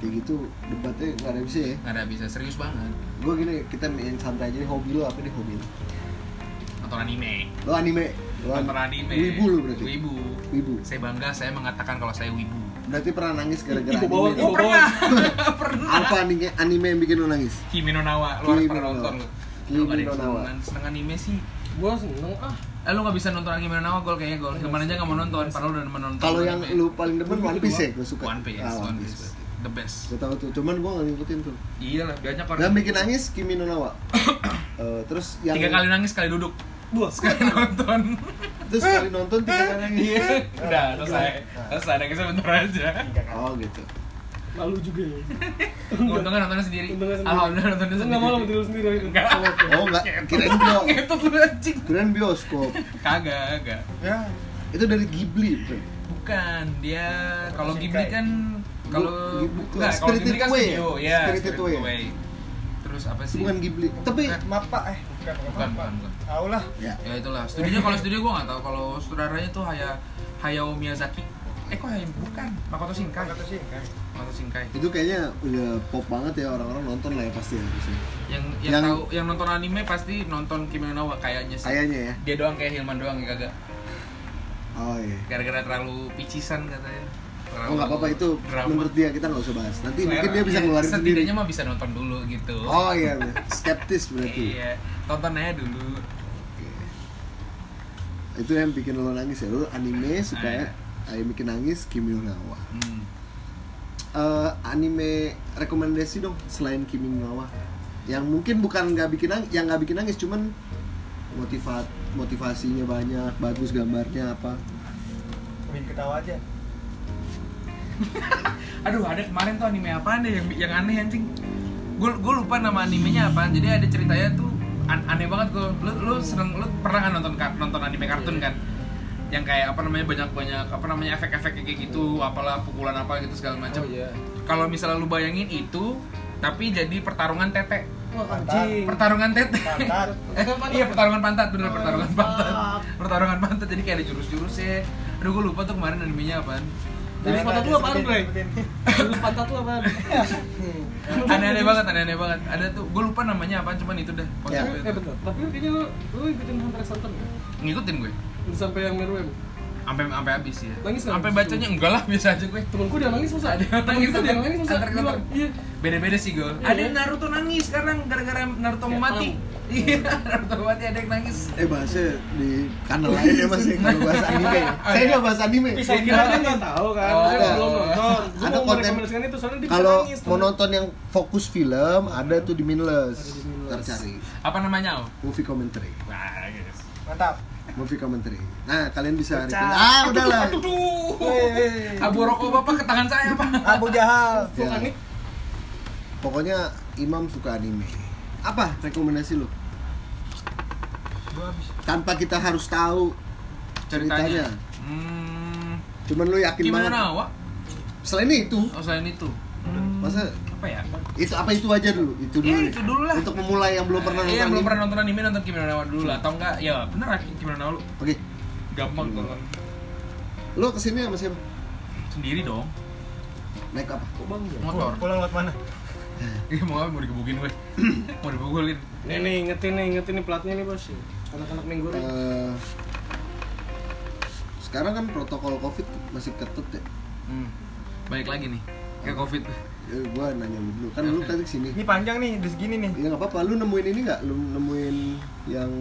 Speaker 1: kayak gitu debatnya nggak ada bisa ya.
Speaker 4: Nggak ada bisa serius banget
Speaker 1: Gue gini kita yang santai aja nih hobi lo apa nih hobi lo?
Speaker 4: nonton anime.
Speaker 1: Lo anime. Lo an-
Speaker 4: Nonton anime.
Speaker 1: Wibu lo berarti.
Speaker 4: Wibu.
Speaker 1: Wibu.
Speaker 4: Saya bangga saya mengatakan kalau saya wibu.
Speaker 1: Berarti pernah nangis gara-gara
Speaker 3: Ibu bawa,
Speaker 1: anime.
Speaker 3: ibu
Speaker 1: dong?
Speaker 3: bawa.
Speaker 4: Pernah.
Speaker 1: Apa anime anime yang bikin lo nangis?
Speaker 4: Kimi no Nawa, lu harus
Speaker 1: Kimi
Speaker 4: pernah
Speaker 1: no
Speaker 4: nonton
Speaker 1: Nawa.
Speaker 4: lu.
Speaker 1: Kimi
Speaker 4: Lu nggak ada yang
Speaker 1: no Nawa.
Speaker 4: seneng- seneng anime sih.
Speaker 3: Gua seneng ah.
Speaker 4: Eh, lu nggak bisa nonton Kimi no Nawa gol kayaknya gol. Kemarin aja nggak mau nonton, padahal udah menonton.
Speaker 1: Iya, Kalau yang
Speaker 4: anime.
Speaker 1: lu paling demen One Piece ya, gue suka.
Speaker 4: One Piece,
Speaker 1: Ah,
Speaker 4: One Piece. The best.
Speaker 1: Gua tahu tuh, cuman gue gak ngikutin tuh.
Speaker 4: Iya lah, banyak orang.
Speaker 1: Dan bikin nangis Kimi no Nawa. Eh, terus yang
Speaker 4: Tiga kali nangis, sekali duduk.
Speaker 3: Gua
Speaker 4: Sekali nonton.
Speaker 1: terus sekali nonton tiga kali nangis.
Speaker 4: Iya. Udah, selesai. Selesai nangisnya bentar aja.
Speaker 1: Oh gitu.
Speaker 3: malu juga ya.
Speaker 4: Untungnya nontonnya sendiri.
Speaker 3: Untungnya sendiri.
Speaker 4: Alhamdulillah nontonnya
Speaker 3: Lu
Speaker 4: sendiri.
Speaker 3: nggak malu sama diri lu sendiri itu.
Speaker 4: Enggak.
Speaker 3: Oh, oke.
Speaker 1: Oh enggak, kirain bio,
Speaker 4: Ngetut lu anjing.
Speaker 1: kirain bioskop.
Speaker 4: Kagak, kagak.
Speaker 1: Ya, itu dari Ghibli. Bro.
Speaker 4: Bukan, dia kalau
Speaker 2: Shinkai.
Speaker 4: Ghibli kan kalau
Speaker 1: Ghibli tuh
Speaker 4: enggak, kalau
Speaker 1: Spirited
Speaker 4: Ghibli kan
Speaker 1: Away
Speaker 4: studio,
Speaker 1: ya?
Speaker 4: ya.
Speaker 1: Spirited Away.
Speaker 4: Terus apa sih?
Speaker 1: Bukan Ghibli, tapi
Speaker 4: Bukan.
Speaker 2: Mapa eh bukan
Speaker 4: Bukan, bukan, bukan.
Speaker 2: Tahu lah.
Speaker 1: ya.
Speaker 4: Ya itulah. Studionya kalau studio gua nggak tahu. Kalau saudaranya tuh Haya Hayao Miyazaki. Eh kok Hayao bukan? Makoto Shinkai.
Speaker 2: Kata sih kan.
Speaker 4: Makoto Shinkai.
Speaker 1: Itu kayaknya udah pop banget ya orang-orang nonton lah ya pasti ya. pasti.
Speaker 4: Yang yang,
Speaker 1: Yang-
Speaker 4: tahu yang nonton anime pasti nonton Kimi no Na wa kayaknya sih.
Speaker 1: Kayaknya ya.
Speaker 4: Dia doang kayak Hilman doang ya kagak.
Speaker 1: Oh iya.
Speaker 4: gara-gara terlalu picisan katanya terlalu
Speaker 1: Oh nggak apa-apa itu
Speaker 4: drama.
Speaker 1: menurut dia kita nggak usah bahas. Nanti mungkin dia bisa
Speaker 4: Ya,
Speaker 1: ngeluarin sendiri.
Speaker 4: setidaknya mah bisa nonton dulu gitu
Speaker 1: Oh iya, iya. skeptis berarti.
Speaker 4: iya tonton aja dulu
Speaker 1: Itu yang bikin lo nangis ya. Lo anime suka ya. Ayo bikin nangis Kimi no Na wa.
Speaker 4: hmm.
Speaker 1: Eh, anime rekomendasi dong selain Kimi no Na wa. Yang mungkin bukan nggak bikin nangis, yang nggak bikin nangis cuman motivat motivasinya banyak, bagus gambarnya apa.
Speaker 2: Bikin ketawa aja.
Speaker 4: aduh ada kemarin tuh anime apaan deh yang yang aneh anjing gue gue lupa nama animenya apaan jadi ada ceritanya tuh an- aneh banget gue lu lu seneng lu pernah kan nonton kar- nonton anime kartun kan yang kayak apa namanya banyak banyak apa namanya efek-efek kayak gitu apalah pukulan apa gitu segala
Speaker 3: Oh,
Speaker 4: macam
Speaker 3: iya.
Speaker 4: kalau misalnya lu bayangin itu tapi jadi pertarungan tete
Speaker 3: Wah, anjing.
Speaker 4: pertarungan tete
Speaker 2: Pantat.
Speaker 4: Eh, iya pertarungan pantat bener pertarungan pantat pertarungan pantat jadi kayak ada jurus-jurusnya aduh gue lupa tuh kemarin animenya apaan
Speaker 3: Jadi
Speaker 2: Jangan
Speaker 3: sepatu
Speaker 2: aja
Speaker 3: lu apaan,
Speaker 2: sebutin,
Speaker 3: Bray?
Speaker 2: sebutin.
Speaker 3: Terus pantat lu apa?
Speaker 4: aneh-aneh banget aneh-aneh banget ada tuh gue lupa namanya apaan cuman itu dah konsepnya
Speaker 1: Ya.
Speaker 4: itu.
Speaker 3: Eh bentar, tapi lu kayaknya lu, lu ikutin Hunter x Hunter nggak?
Speaker 4: ngikutin gue
Speaker 3: Lu sampai yang Meruem.
Speaker 4: sampai sampai habis ya
Speaker 3: Nangis nggak?
Speaker 4: sampai bacanya enggak lah biasa aja gue
Speaker 3: Temenku dia nangis masa?
Speaker 4: Ada yang nangis,
Speaker 3: Temenku dia
Speaker 4: ada-
Speaker 3: nangis masa?
Speaker 4: Hunter x Hunter.
Speaker 3: Gua- Iya.
Speaker 4: beda-beda sih gue
Speaker 3: Iya.
Speaker 4: ada yang Naruto nangis sekarang gara-gara Naruto mau
Speaker 3: Kayak
Speaker 4: mati iya Naruto mau mati ada yang nangis
Speaker 1: Eh bahasnya di kanal lain ya mas ya kalau bahas anime. Saya nggak bahas anime.
Speaker 2: Bisa
Speaker 3: Saya kira dia nggak tahu kan,
Speaker 4: Oh,
Speaker 3: dia
Speaker 1: ada.
Speaker 3: belum nonton. Gua
Speaker 1: Ada
Speaker 3: mau
Speaker 1: konten-
Speaker 3: merekomendasikan itu soalnya dia bisa
Speaker 1: Kalau
Speaker 3: nangis.
Speaker 1: mau
Speaker 3: temen.
Speaker 1: nonton yang fokus film ada tuh di Minless.
Speaker 3: di Minless.
Speaker 1: Ntar cari
Speaker 4: apa namanya oh
Speaker 1: movie commentary.
Speaker 4: Wah, yes.
Speaker 2: Mantap.
Speaker 1: Movie commentary. Nah, kalian bisa
Speaker 2: Pecah.
Speaker 1: rekomend- Ah, udahlah.
Speaker 4: Nah. Aduh,
Speaker 2: Wih.
Speaker 4: abu rokok bapak ke tangan saya pak.
Speaker 2: Abu Jahal.
Speaker 1: Ya,
Speaker 3: Bukan nih.
Speaker 1: Pokoknya Imam suka anime. Apa rekomendasi lu?
Speaker 2: Gua habis.
Speaker 1: Tanpa kita harus tahu ceritanya.
Speaker 4: Hmm,
Speaker 1: Cuman lu yakin
Speaker 4: gimana
Speaker 1: banget.
Speaker 4: Wak?
Speaker 1: Selain itu,
Speaker 4: Oh selain itu, Hmm,
Speaker 1: masa
Speaker 4: apa ya?
Speaker 1: itu apa itu aja dulu? Itu dulu.
Speaker 4: Iya,
Speaker 1: ya.
Speaker 4: itu dulu lah.
Speaker 1: Untuk memulai yang belum pernah nonton.
Speaker 4: Iya belum
Speaker 1: anime.
Speaker 4: pernah nonton anime nonton Kimi no Na wa dulu lah atau enggak? Ya bener lah Kimi no Na wa lu
Speaker 1: Oke.
Speaker 4: gampang
Speaker 1: Kimi no Na
Speaker 4: tonton
Speaker 1: Lu kesini sama siapa?
Speaker 4: sendiri dong.
Speaker 1: Naik apa?
Speaker 3: Kok bang ya?
Speaker 4: Motor.
Speaker 2: Pulang lewat mana?
Speaker 4: Ih mau apa? Mau dikebukin gue? mau dipukulin?
Speaker 3: Nih nih, ingetin nih, ingetin nih platnya nih bos. Anak-anak minggu nih.
Speaker 1: Eh, sekarang kan protokol covid masih ketat ya
Speaker 4: Hmm. Balik lagi nih ke covid.
Speaker 1: ya gue nanya lu dulu kan
Speaker 4: Ya,
Speaker 1: lu tadi kesini
Speaker 2: Ini panjang nih, udah segini nih.
Speaker 1: ya nggak apa-apa lu nemuin ini nggak lu nemuin yang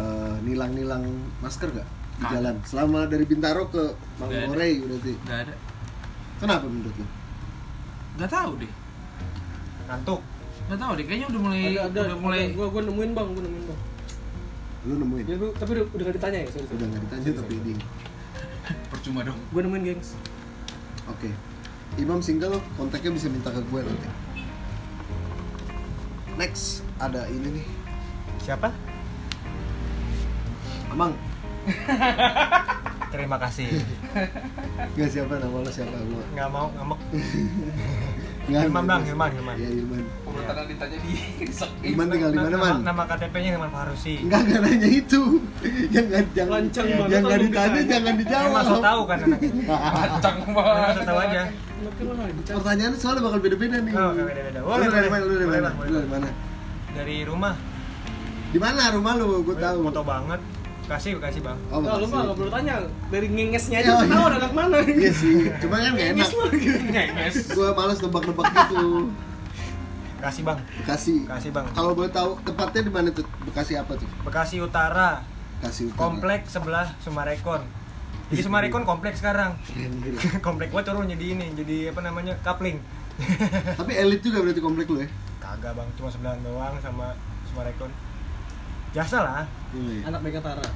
Speaker 1: eh, nilang-nilang masker nggak di
Speaker 4: Nggak.
Speaker 1: jalan selama dari Bintaro ke
Speaker 4: Nggak ada.
Speaker 1: Mangorei berarti
Speaker 4: Gak ada.
Speaker 1: kenapa menurut lu
Speaker 4: Gak tahu deh.
Speaker 2: Ngantuk.
Speaker 4: Gak tahu deh. Kayaknya udah mulai
Speaker 3: Ada ada.
Speaker 4: udah mulai.
Speaker 3: Gua gua nemuin bang, gua nemuin bang.
Speaker 1: lu nemuin
Speaker 3: Ya, gua- tapi udah udah nggak ditanya ya. sorry, sorry.
Speaker 1: udah nggak ditanya tapi di
Speaker 4: Percuma dong.
Speaker 3: Gua nemuin gengs.
Speaker 1: oke Imam single kontaknya bisa minta ke gue nanti next ada ini nih
Speaker 2: Siapa?
Speaker 1: Amang
Speaker 2: Terima kasih.
Speaker 1: nggak siapa nama lo siapa gue
Speaker 2: Nggak mau ngamuk.
Speaker 1: Nggak,
Speaker 2: Hilman
Speaker 1: nggak,
Speaker 2: bang,
Speaker 1: nggak.
Speaker 2: Hilman, Hilman.
Speaker 1: Iya, Ilman.
Speaker 4: Komentarnya ditanya di sok.
Speaker 1: Ilman tinggal di mana,
Speaker 2: Nama-
Speaker 1: Man?
Speaker 2: Nama KTP-nya Hilman Farusi.
Speaker 1: Enggak, enggak nanya itu. Yang enggak jangan
Speaker 3: Lancang
Speaker 2: Yang
Speaker 3: banget
Speaker 1: yang
Speaker 3: kalau
Speaker 1: enggak ditanya
Speaker 3: ditanya.
Speaker 1: jangan
Speaker 2: Yang
Speaker 1: dijawab.
Speaker 2: masuk tahu kan anaknya.
Speaker 3: Ah.
Speaker 4: Kacang
Speaker 2: Yang
Speaker 4: banget.
Speaker 2: Masuk tahu aja.
Speaker 3: Anaknya lancang.
Speaker 1: Pertanyaan soalnya bakal beda-beda nih.
Speaker 2: Oh, bakal beda-beda.
Speaker 1: Boleh,
Speaker 2: Boleh,
Speaker 1: boleh,
Speaker 2: boleh.
Speaker 1: boleh,
Speaker 2: Boleh,
Speaker 1: boleh.
Speaker 2: Bang, boleh,
Speaker 1: Boleh, mana?
Speaker 2: Dari rumah.
Speaker 1: Di mana rumah lu? Gua tahu.
Speaker 2: Foto banget. Kasih, kasih bang.
Speaker 1: Oh,
Speaker 3: Nah, lu mah
Speaker 1: makasih.
Speaker 3: nggak perlu tanya dari ngengesnya
Speaker 1: Iya,
Speaker 3: aja
Speaker 1: iya.
Speaker 3: tahu anak mana.
Speaker 1: Iya sih, cuma kan gak enak.
Speaker 3: Ngenges lu gitu.
Speaker 4: Ngenges.
Speaker 1: Gua males nebak-nebak gitu.
Speaker 2: Kasih bang.
Speaker 1: Bekasi.
Speaker 2: Kasih bang.
Speaker 1: Kalau boleh tahu tepatnya di mana tuh? Bekasi apa tuh?
Speaker 2: Bekasi Utara,
Speaker 1: Bekasi Utara.
Speaker 2: komplek sebelah Sumarekon. Jadi Sumarekon kompleks sekarang. komplek gua turun jadi ini, jadi apa namanya? Kapling.
Speaker 1: Tapi elit juga berarti komplek lu ya.
Speaker 2: Kagak bang, cuma sebelahan doang sama Sumarekon. Biasa lah.
Speaker 1: Iya,
Speaker 5: Anak Mega Tara,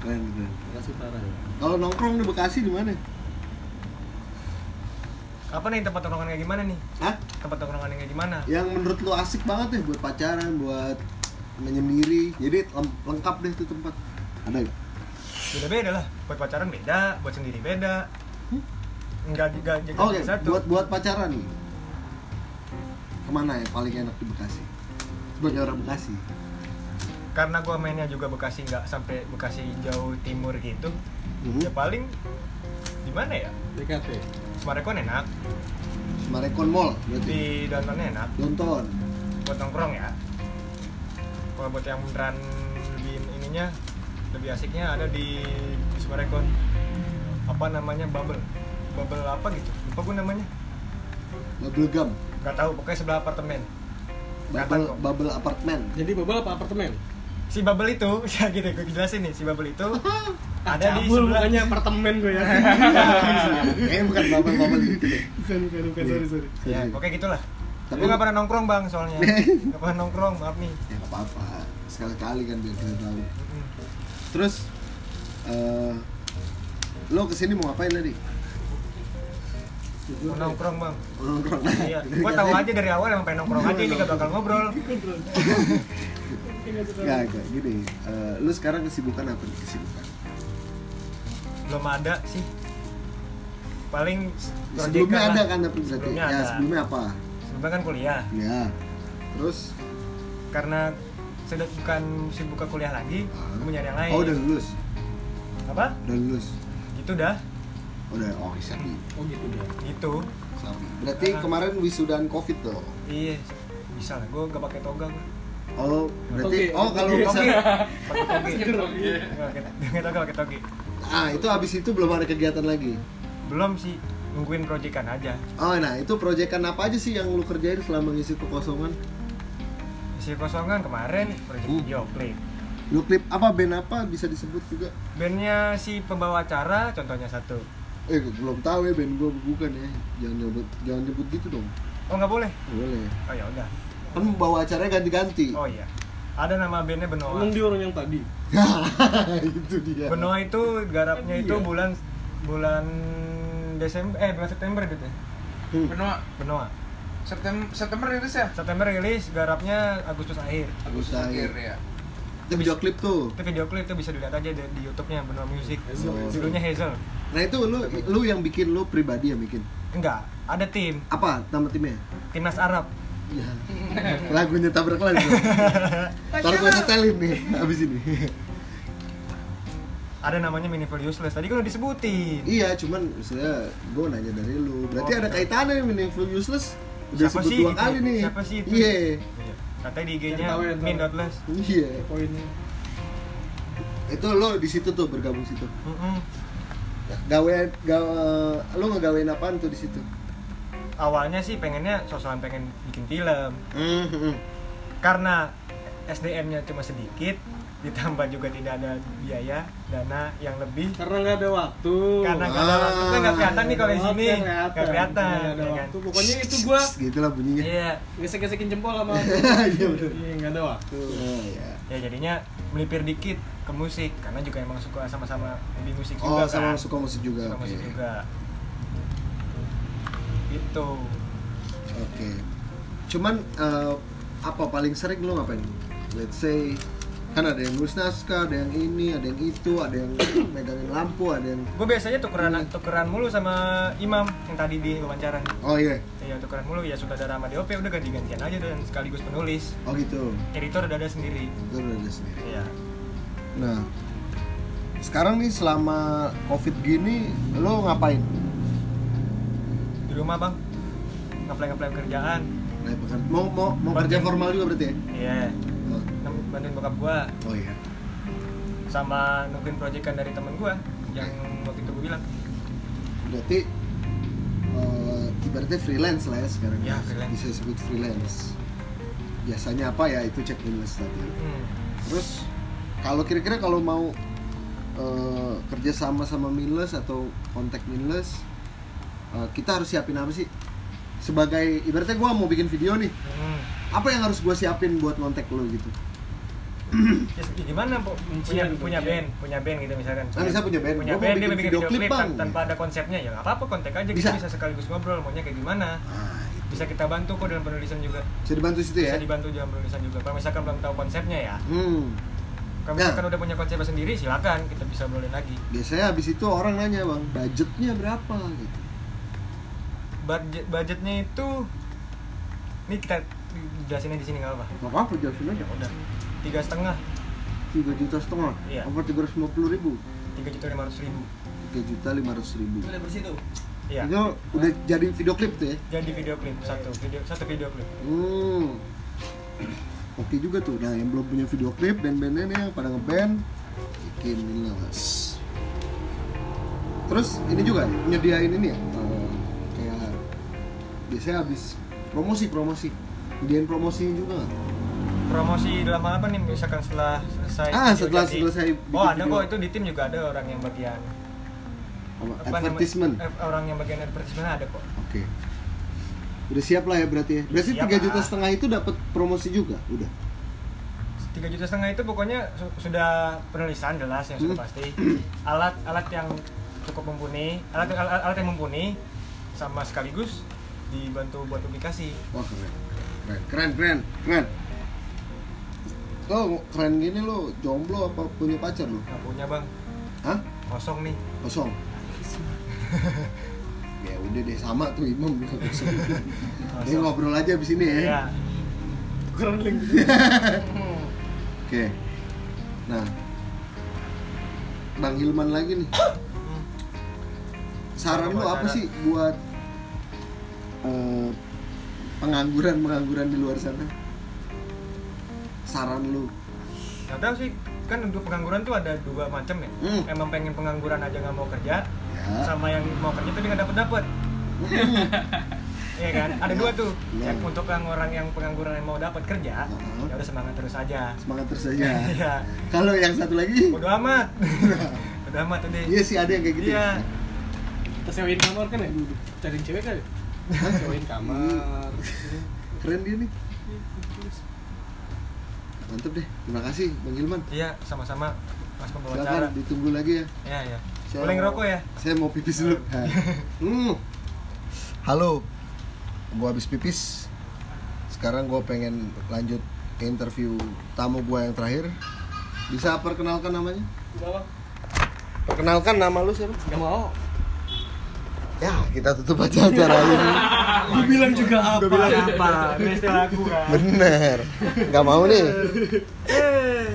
Speaker 1: Keren, keren.
Speaker 5: Bekasi Utara.
Speaker 1: Kalau nongkrong di Bekasi di mana?
Speaker 2: Apa nih tempat tongkrongan kayak gimana nih?
Speaker 1: Hah?
Speaker 2: Tempat tongkrongan yang kayak gimana?
Speaker 1: Yang menurut lu asik banget ya buat pacaran, buat menyendiri. Jadi lem- lengkap deh tuh tempat. Ada nggak?
Speaker 2: Beda-beda lah. Buat pacaran beda, buat sendiri beda. Enggak juga jadi
Speaker 1: Oke,
Speaker 2: satu.
Speaker 1: Oh, buat buat pacaran nih. Kemana ya paling enak di Bekasi? Sebagai orang Bekasi.
Speaker 2: Karena gua mainnya juga Bekasi nggak sampai Bekasi jauh timur gitu.
Speaker 1: Mhm.
Speaker 2: Ya paling di mana ya?
Speaker 5: BKT.
Speaker 2: Sumarekon enak,
Speaker 1: Semarekon Mall berarti.
Speaker 2: di downtownnya enak.
Speaker 1: Nonton.
Speaker 2: buat nongkrong ya kalau buat yang beneran lebih ininya lebih asiknya ada di, di Sumarekon apa namanya bubble bubble apa gitu lupa gue namanya
Speaker 1: Bubble gum.
Speaker 2: nggak tahu pokoknya sebelah apartemen
Speaker 1: Bubble,
Speaker 2: kok.
Speaker 1: bubble apartment.
Speaker 5: Jadi bubble apa apartemen?
Speaker 2: si bubble itu ya gitu gue jelasin nih si bubble itu ada di
Speaker 3: Cabul
Speaker 2: sebelah
Speaker 3: bukannya apartemen gue ya.
Speaker 2: Nah.
Speaker 1: Kayaknya bukan bubble bubble gitu deh.
Speaker 3: bukan bukan bukan
Speaker 1: Iya.
Speaker 3: sorry sorry.
Speaker 2: ya pokoknya gitulah
Speaker 1: Tapi-
Speaker 2: gue nggak pernah nongkrong bang soalnya nggak pernah nongkrong maaf nih
Speaker 1: Ya nggak apa-apa. Sekali-kali kan biar kita tahu.
Speaker 2: Mm-mm.
Speaker 1: Terus eh lo kesini mau ngapain tadi?
Speaker 2: Mau nongkrong bang
Speaker 1: Mau Nongkrong.
Speaker 2: iya gue tahu aja dari awal emang pengen nongkrong aja ini gak bakal ngobrol
Speaker 1: Gak, gak, gini. Eh lu sekarang kesibukan apa nih kesibukan?
Speaker 2: belum ada sih paling
Speaker 1: Sebelumnya
Speaker 2: project
Speaker 1: ada
Speaker 2: lah.
Speaker 1: kan tapi berarti.
Speaker 2: Sebelumnya
Speaker 1: Ya
Speaker 2: ada.
Speaker 1: sebelumnya apa?
Speaker 2: sebelumnya kan kuliah
Speaker 1: Ya. Terus
Speaker 2: karena sudah bukan sibuk ke kuliah lagi
Speaker 1: Ah.
Speaker 2: gue nyari yang lain
Speaker 1: oh udah lulus,
Speaker 2: apa
Speaker 1: udah lulus,
Speaker 2: gitu dah
Speaker 1: udah oh sapi,
Speaker 5: Oh gitu dia.
Speaker 2: gitu
Speaker 1: sapi. Berarti
Speaker 2: Ah.
Speaker 1: kemarin wisudaan covid dong.
Speaker 2: iya bisa lah gue gak pakai toga gue
Speaker 1: Oh berarti
Speaker 5: Oke,
Speaker 1: oh kalau
Speaker 5: oke.
Speaker 1: bisa
Speaker 2: pakai
Speaker 3: Iya,
Speaker 2: toge Nggak pakai nggak toga pakai toge
Speaker 1: ah itu abis itu belum ada kegiatan lagi.
Speaker 2: belum sih nungguin proyekan aja
Speaker 1: Oh nah itu proyekan apa aja sih yang lu kerjain selama ngisi kekosongan?
Speaker 2: isi kosongan kemarin
Speaker 5: Uh.
Speaker 2: proyek
Speaker 1: Hmm.
Speaker 2: video klip
Speaker 1: Lu klip apa band apa bisa disebut juga?
Speaker 2: bandnya si pembawa acara contohnya satu
Speaker 1: Eh gua belum tahu ya band gua bukan ya. Jangan nyebut jangan nyebut gitu dong.
Speaker 2: oh nggak boleh
Speaker 1: Nggak Boleh.
Speaker 2: oh ya udah
Speaker 1: Kan bawa acaranya ganti-ganti.
Speaker 2: oh iya ada nama bandnya Benoa
Speaker 5: Emang dia orang yang tadi.
Speaker 1: itu dia.
Speaker 2: Benoa itu garapnya
Speaker 5: Iya.
Speaker 2: itu bulan bulan Desember eh bulan September gitu. ya.
Speaker 1: Hmm.
Speaker 4: Benua
Speaker 2: Benoa.
Speaker 4: September September rilis ya?
Speaker 2: September rilis, garapnya Agustus akhir.
Speaker 4: Agustus
Speaker 1: Usai.
Speaker 4: akhir ya.
Speaker 1: Itu video klip tuh.
Speaker 2: Itu video klip itu bisa dilihat aja di, di YouTube-nya Benoa Music.
Speaker 1: Hazel, Hazel.
Speaker 2: Judulnya Hazel.
Speaker 1: Nah itu lu lu yang bikin lu pribadi yang bikin.
Speaker 2: Enggak, ada tim,
Speaker 1: Apa nama timnya?
Speaker 2: Timnas Arab.
Speaker 1: Ya. Lagunya tabrak lagi. Ntar gue setelin nih abis ini.
Speaker 2: Ada namanya Meaningful Useless. Tadi kan udah disebutin.
Speaker 1: iya, cuman maksudnya gue nanya dari lu. Berarti
Speaker 2: Oh,
Speaker 1: ada
Speaker 2: iya.
Speaker 1: kaitannya nih meaningful useless. Udah
Speaker 2: Siapa
Speaker 1: sebut
Speaker 2: sih
Speaker 1: dua
Speaker 2: itu?
Speaker 1: kali nih.
Speaker 2: Siapa sih itu?
Speaker 1: Iya.
Speaker 2: Iya. Katanya di
Speaker 5: Yang
Speaker 2: IG-nya
Speaker 5: tahu, yang tahu.
Speaker 2: min dot less.
Speaker 1: Iya.
Speaker 5: Poinnya.
Speaker 1: Itu lo di situ tuh bergabung situ.
Speaker 2: Mm-mm.
Speaker 1: Gawe gawe lo ngegawein apaan tuh di situ?
Speaker 2: Awalnya sih pengennya sosokan pengen bikin film.
Speaker 1: Hmm, hmm.
Speaker 2: karena SDM-nya cuma sedikit ditambah juga tidak ada biaya dana yang lebih
Speaker 5: Karena nggak ada waktu.
Speaker 2: karena nggak ada waktu kan nggak kelihatan nih kalau di sini nggak kelihatan
Speaker 5: Nggak Iya, ada
Speaker 2: ya kan
Speaker 5: waktu. Pokoknya itu gua
Speaker 1: gitu lah bunyinya.
Speaker 2: iya
Speaker 5: gesek-gesekin jempol sama.
Speaker 1: Iya, bener.
Speaker 5: Iya nggak ada waktu.
Speaker 1: Tuh, ya.
Speaker 2: ya jadinya melipir dikit ke musik karena juga emang suka sama-sama di musik
Speaker 1: Oh,
Speaker 2: juga
Speaker 1: sama
Speaker 2: kan
Speaker 1: suka musik juga.
Speaker 2: Suka musik
Speaker 1: Oke.
Speaker 2: juga Gitu. itu
Speaker 1: Oke. Cuman eh, apa paling sering lo ngapain? Let's say kan ada yang nulis naskah ada yang ini ada yang itu ada yang megangin lampu ada yang
Speaker 2: gue biasanya tukeran tukeran mulu sama imam yang tadi di wawancara
Speaker 1: oh iya
Speaker 2: ya tukeran mulu ya sudah ada sama DOP udah ganti gantian aja dan sekaligus penulis
Speaker 1: oh gitu
Speaker 2: editor udah ada sendiri
Speaker 1: itu udah ada sendiri
Speaker 2: iya
Speaker 1: nah sekarang nih selama covid gini lo ngapain
Speaker 2: di rumah bang ngeplay ngeplay kerjaan
Speaker 1: Nah, peker- mau mau mau kerja formal juga berarti ya
Speaker 2: iya
Speaker 1: oh,
Speaker 2: Nem- bantuin bokap gua
Speaker 1: oh iya
Speaker 2: sama nungguin proyekan dari temen gua yang waktu itu gue bilang
Speaker 1: berarti eh, ibaratnya freelance lah ya sekarang
Speaker 2: Ya, freelance.
Speaker 1: bisa disebut freelance biasanya apa ya itu cek freelance tadi
Speaker 2: hmm,
Speaker 1: Terus kalau kira-kira kalau mau eh, kerja sama sama Minless atau kontak Minless, eh, kita harus siapin apa sih? Sebagai ibaratnya gue mau bikin video nih,
Speaker 2: hmm.
Speaker 1: apa yang harus gue siapin buat kontak lo gitu?
Speaker 2: Ya, se- gimana po- punya
Speaker 3: Kuncian,
Speaker 2: punya
Speaker 3: kuncian.
Speaker 2: band punya band gitu misalkan
Speaker 1: Kan bisa punya band,
Speaker 2: punya
Speaker 1: gua mau
Speaker 2: band dia
Speaker 1: bikin
Speaker 2: bikin
Speaker 1: video
Speaker 2: video,
Speaker 1: clip,
Speaker 2: klip
Speaker 1: Bang.
Speaker 2: tan- tanpa ada konsepnya ya nggak apa-apa kontak aja
Speaker 1: Bisa.
Speaker 2: kita bisa sekaligus ngobrol maunya kayak gimana
Speaker 1: Ah,
Speaker 2: bisa kita bantu kok dalam penulisan juga
Speaker 1: bisa dibantu situ ya?
Speaker 2: iya. bisa dibantu dalam penulisan juga kalau misalkan belum tahu konsepnya ya
Speaker 1: Hmm,
Speaker 2: kalau
Speaker 1: Ya.
Speaker 2: misalkan udah punya konsepnya sendiri silakan kita bisa obrolin lagi
Speaker 1: biasanya habis itu orang nanya bang, budgetnya berapa gitu?
Speaker 2: budget budgetnya itu ini kita jelasinnya di sini nggak apa
Speaker 1: Gak apa-apa jelasin aja.
Speaker 2: udah tiga setengah
Speaker 1: Tiga juta setengah,
Speaker 2: Iya.
Speaker 1: apa tiga ratus lima puluh ribu?
Speaker 2: tiga juta lima ratus ribu
Speaker 1: Tiga juta lima ratus ribu.
Speaker 5: Udah bersih tuh.
Speaker 2: iya
Speaker 1: Itu udah jadi video klip tuh ya?
Speaker 2: jadi video klip satu video satu video klip
Speaker 1: Hmm. Oke juga tuh. Nah, yang belum punya video klip dan bandnya nih yang pada ngeband bikin ini lah, Mas. Terus ini juga nyediain ini ya. eh, kayak biasanya habis promosi promosi. Nyediain promosi juga nggak?
Speaker 2: promosi dalam hal apa nih misalkan setelah selesai
Speaker 1: Ah,
Speaker 2: video
Speaker 1: setelah
Speaker 2: jadi-
Speaker 1: selesai bikin
Speaker 2: oh ada
Speaker 1: video.
Speaker 2: kok itu di tim juga ada orang yang bagian
Speaker 1: Apa?
Speaker 2: apa namanya-
Speaker 1: Advertisement.
Speaker 2: eh, orang yang bagian advertisement ada kok
Speaker 1: Oke. Udah siap lah ya berarti ya. Berarti
Speaker 2: Siap
Speaker 1: 3 juta
Speaker 2: lah.
Speaker 1: setengah itu dapat promosi juga, udah.
Speaker 2: tiga juta setengah itu pokoknya su- sudah penulisan jelas yang sudah
Speaker 1: Hmm.
Speaker 2: pasti alat alat yang cukup mumpuni alat alat, alat yang mumpuni sama sekaligus dibantu buat publikasi
Speaker 1: Wah keren, keren, keren, keren, keren. Lo keren gini lo jomblo apa punya pacar lo?
Speaker 2: nggak punya bang
Speaker 1: Hah?
Speaker 2: kosong nih
Speaker 1: kosong ya udah deh sama tuh imam bilang kosong ini
Speaker 2: Kosong.
Speaker 1: ngobrol aja abis ini ya
Speaker 2: Iya.
Speaker 3: Kurang link.
Speaker 1: oke nah bang Hilman lagi nih
Speaker 2: Hmm.
Speaker 1: saran lu
Speaker 2: Saran.
Speaker 1: apa sih buat pengangguran pengangguran di luar sana saran lu
Speaker 2: nggak tahu sih kan untuk pengangguran tuh ada dua macam ya
Speaker 1: Hmm.
Speaker 2: emang pengen pengangguran aja nggak mau kerja
Speaker 1: ya Hmm.
Speaker 2: sama yang mau kerja tapi nggak dapet dapet Iya kan ada dua tuh
Speaker 1: Iya.
Speaker 2: yang untuk yang orang yang pengangguran yang mau dapat kerja
Speaker 1: Heeh.
Speaker 2: ya udah semangat terus aja
Speaker 1: semangat terus aja
Speaker 2: Iya.
Speaker 1: kalau yang satu lagi
Speaker 2: bodo amat bodo amat udah
Speaker 1: iya sih ada yang kayak gitu ya.
Speaker 2: iya
Speaker 3: Kita sewain kamar kan ya? Cari cewek kan ya? Sewain kamar.
Speaker 1: keren dia nih mantep deh terima kasih bang Hilman
Speaker 2: iya sama-sama mas pembawa acara
Speaker 1: silakan ditunggu lagi ya
Speaker 2: iya iya
Speaker 1: Saya
Speaker 2: boleh
Speaker 1: mau-
Speaker 2: ngerokok ya
Speaker 1: saya mau pipis dulu Nah. Hmm. halo gua habis pipis sekarang gua pengen lanjut ke interview tamu gua yang terakhir bisa perkenalkan namanya
Speaker 3: Udah lah.
Speaker 1: perkenalkan nama lu siapa
Speaker 3: Gak mau.
Speaker 1: ya kita tutup aja acara ini
Speaker 3: Lu bilang juga apa?
Speaker 2: udah bilang apa best lagu kan
Speaker 1: bener nggak mau nih
Speaker 2: Eh.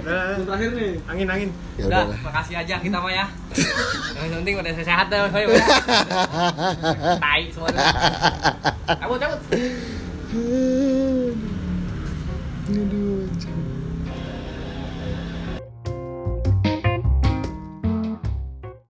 Speaker 2: Udah,
Speaker 3: Yang terakhir nih.
Speaker 2: angin-angin
Speaker 1: ya
Speaker 5: Udah,
Speaker 2: Nah,
Speaker 1: udahlah.
Speaker 5: makasih aja kita mah ya. Yang penting udah sehat dah. Boy. Tai semua. tuh. Cabut cabut.
Speaker 1: Aduh.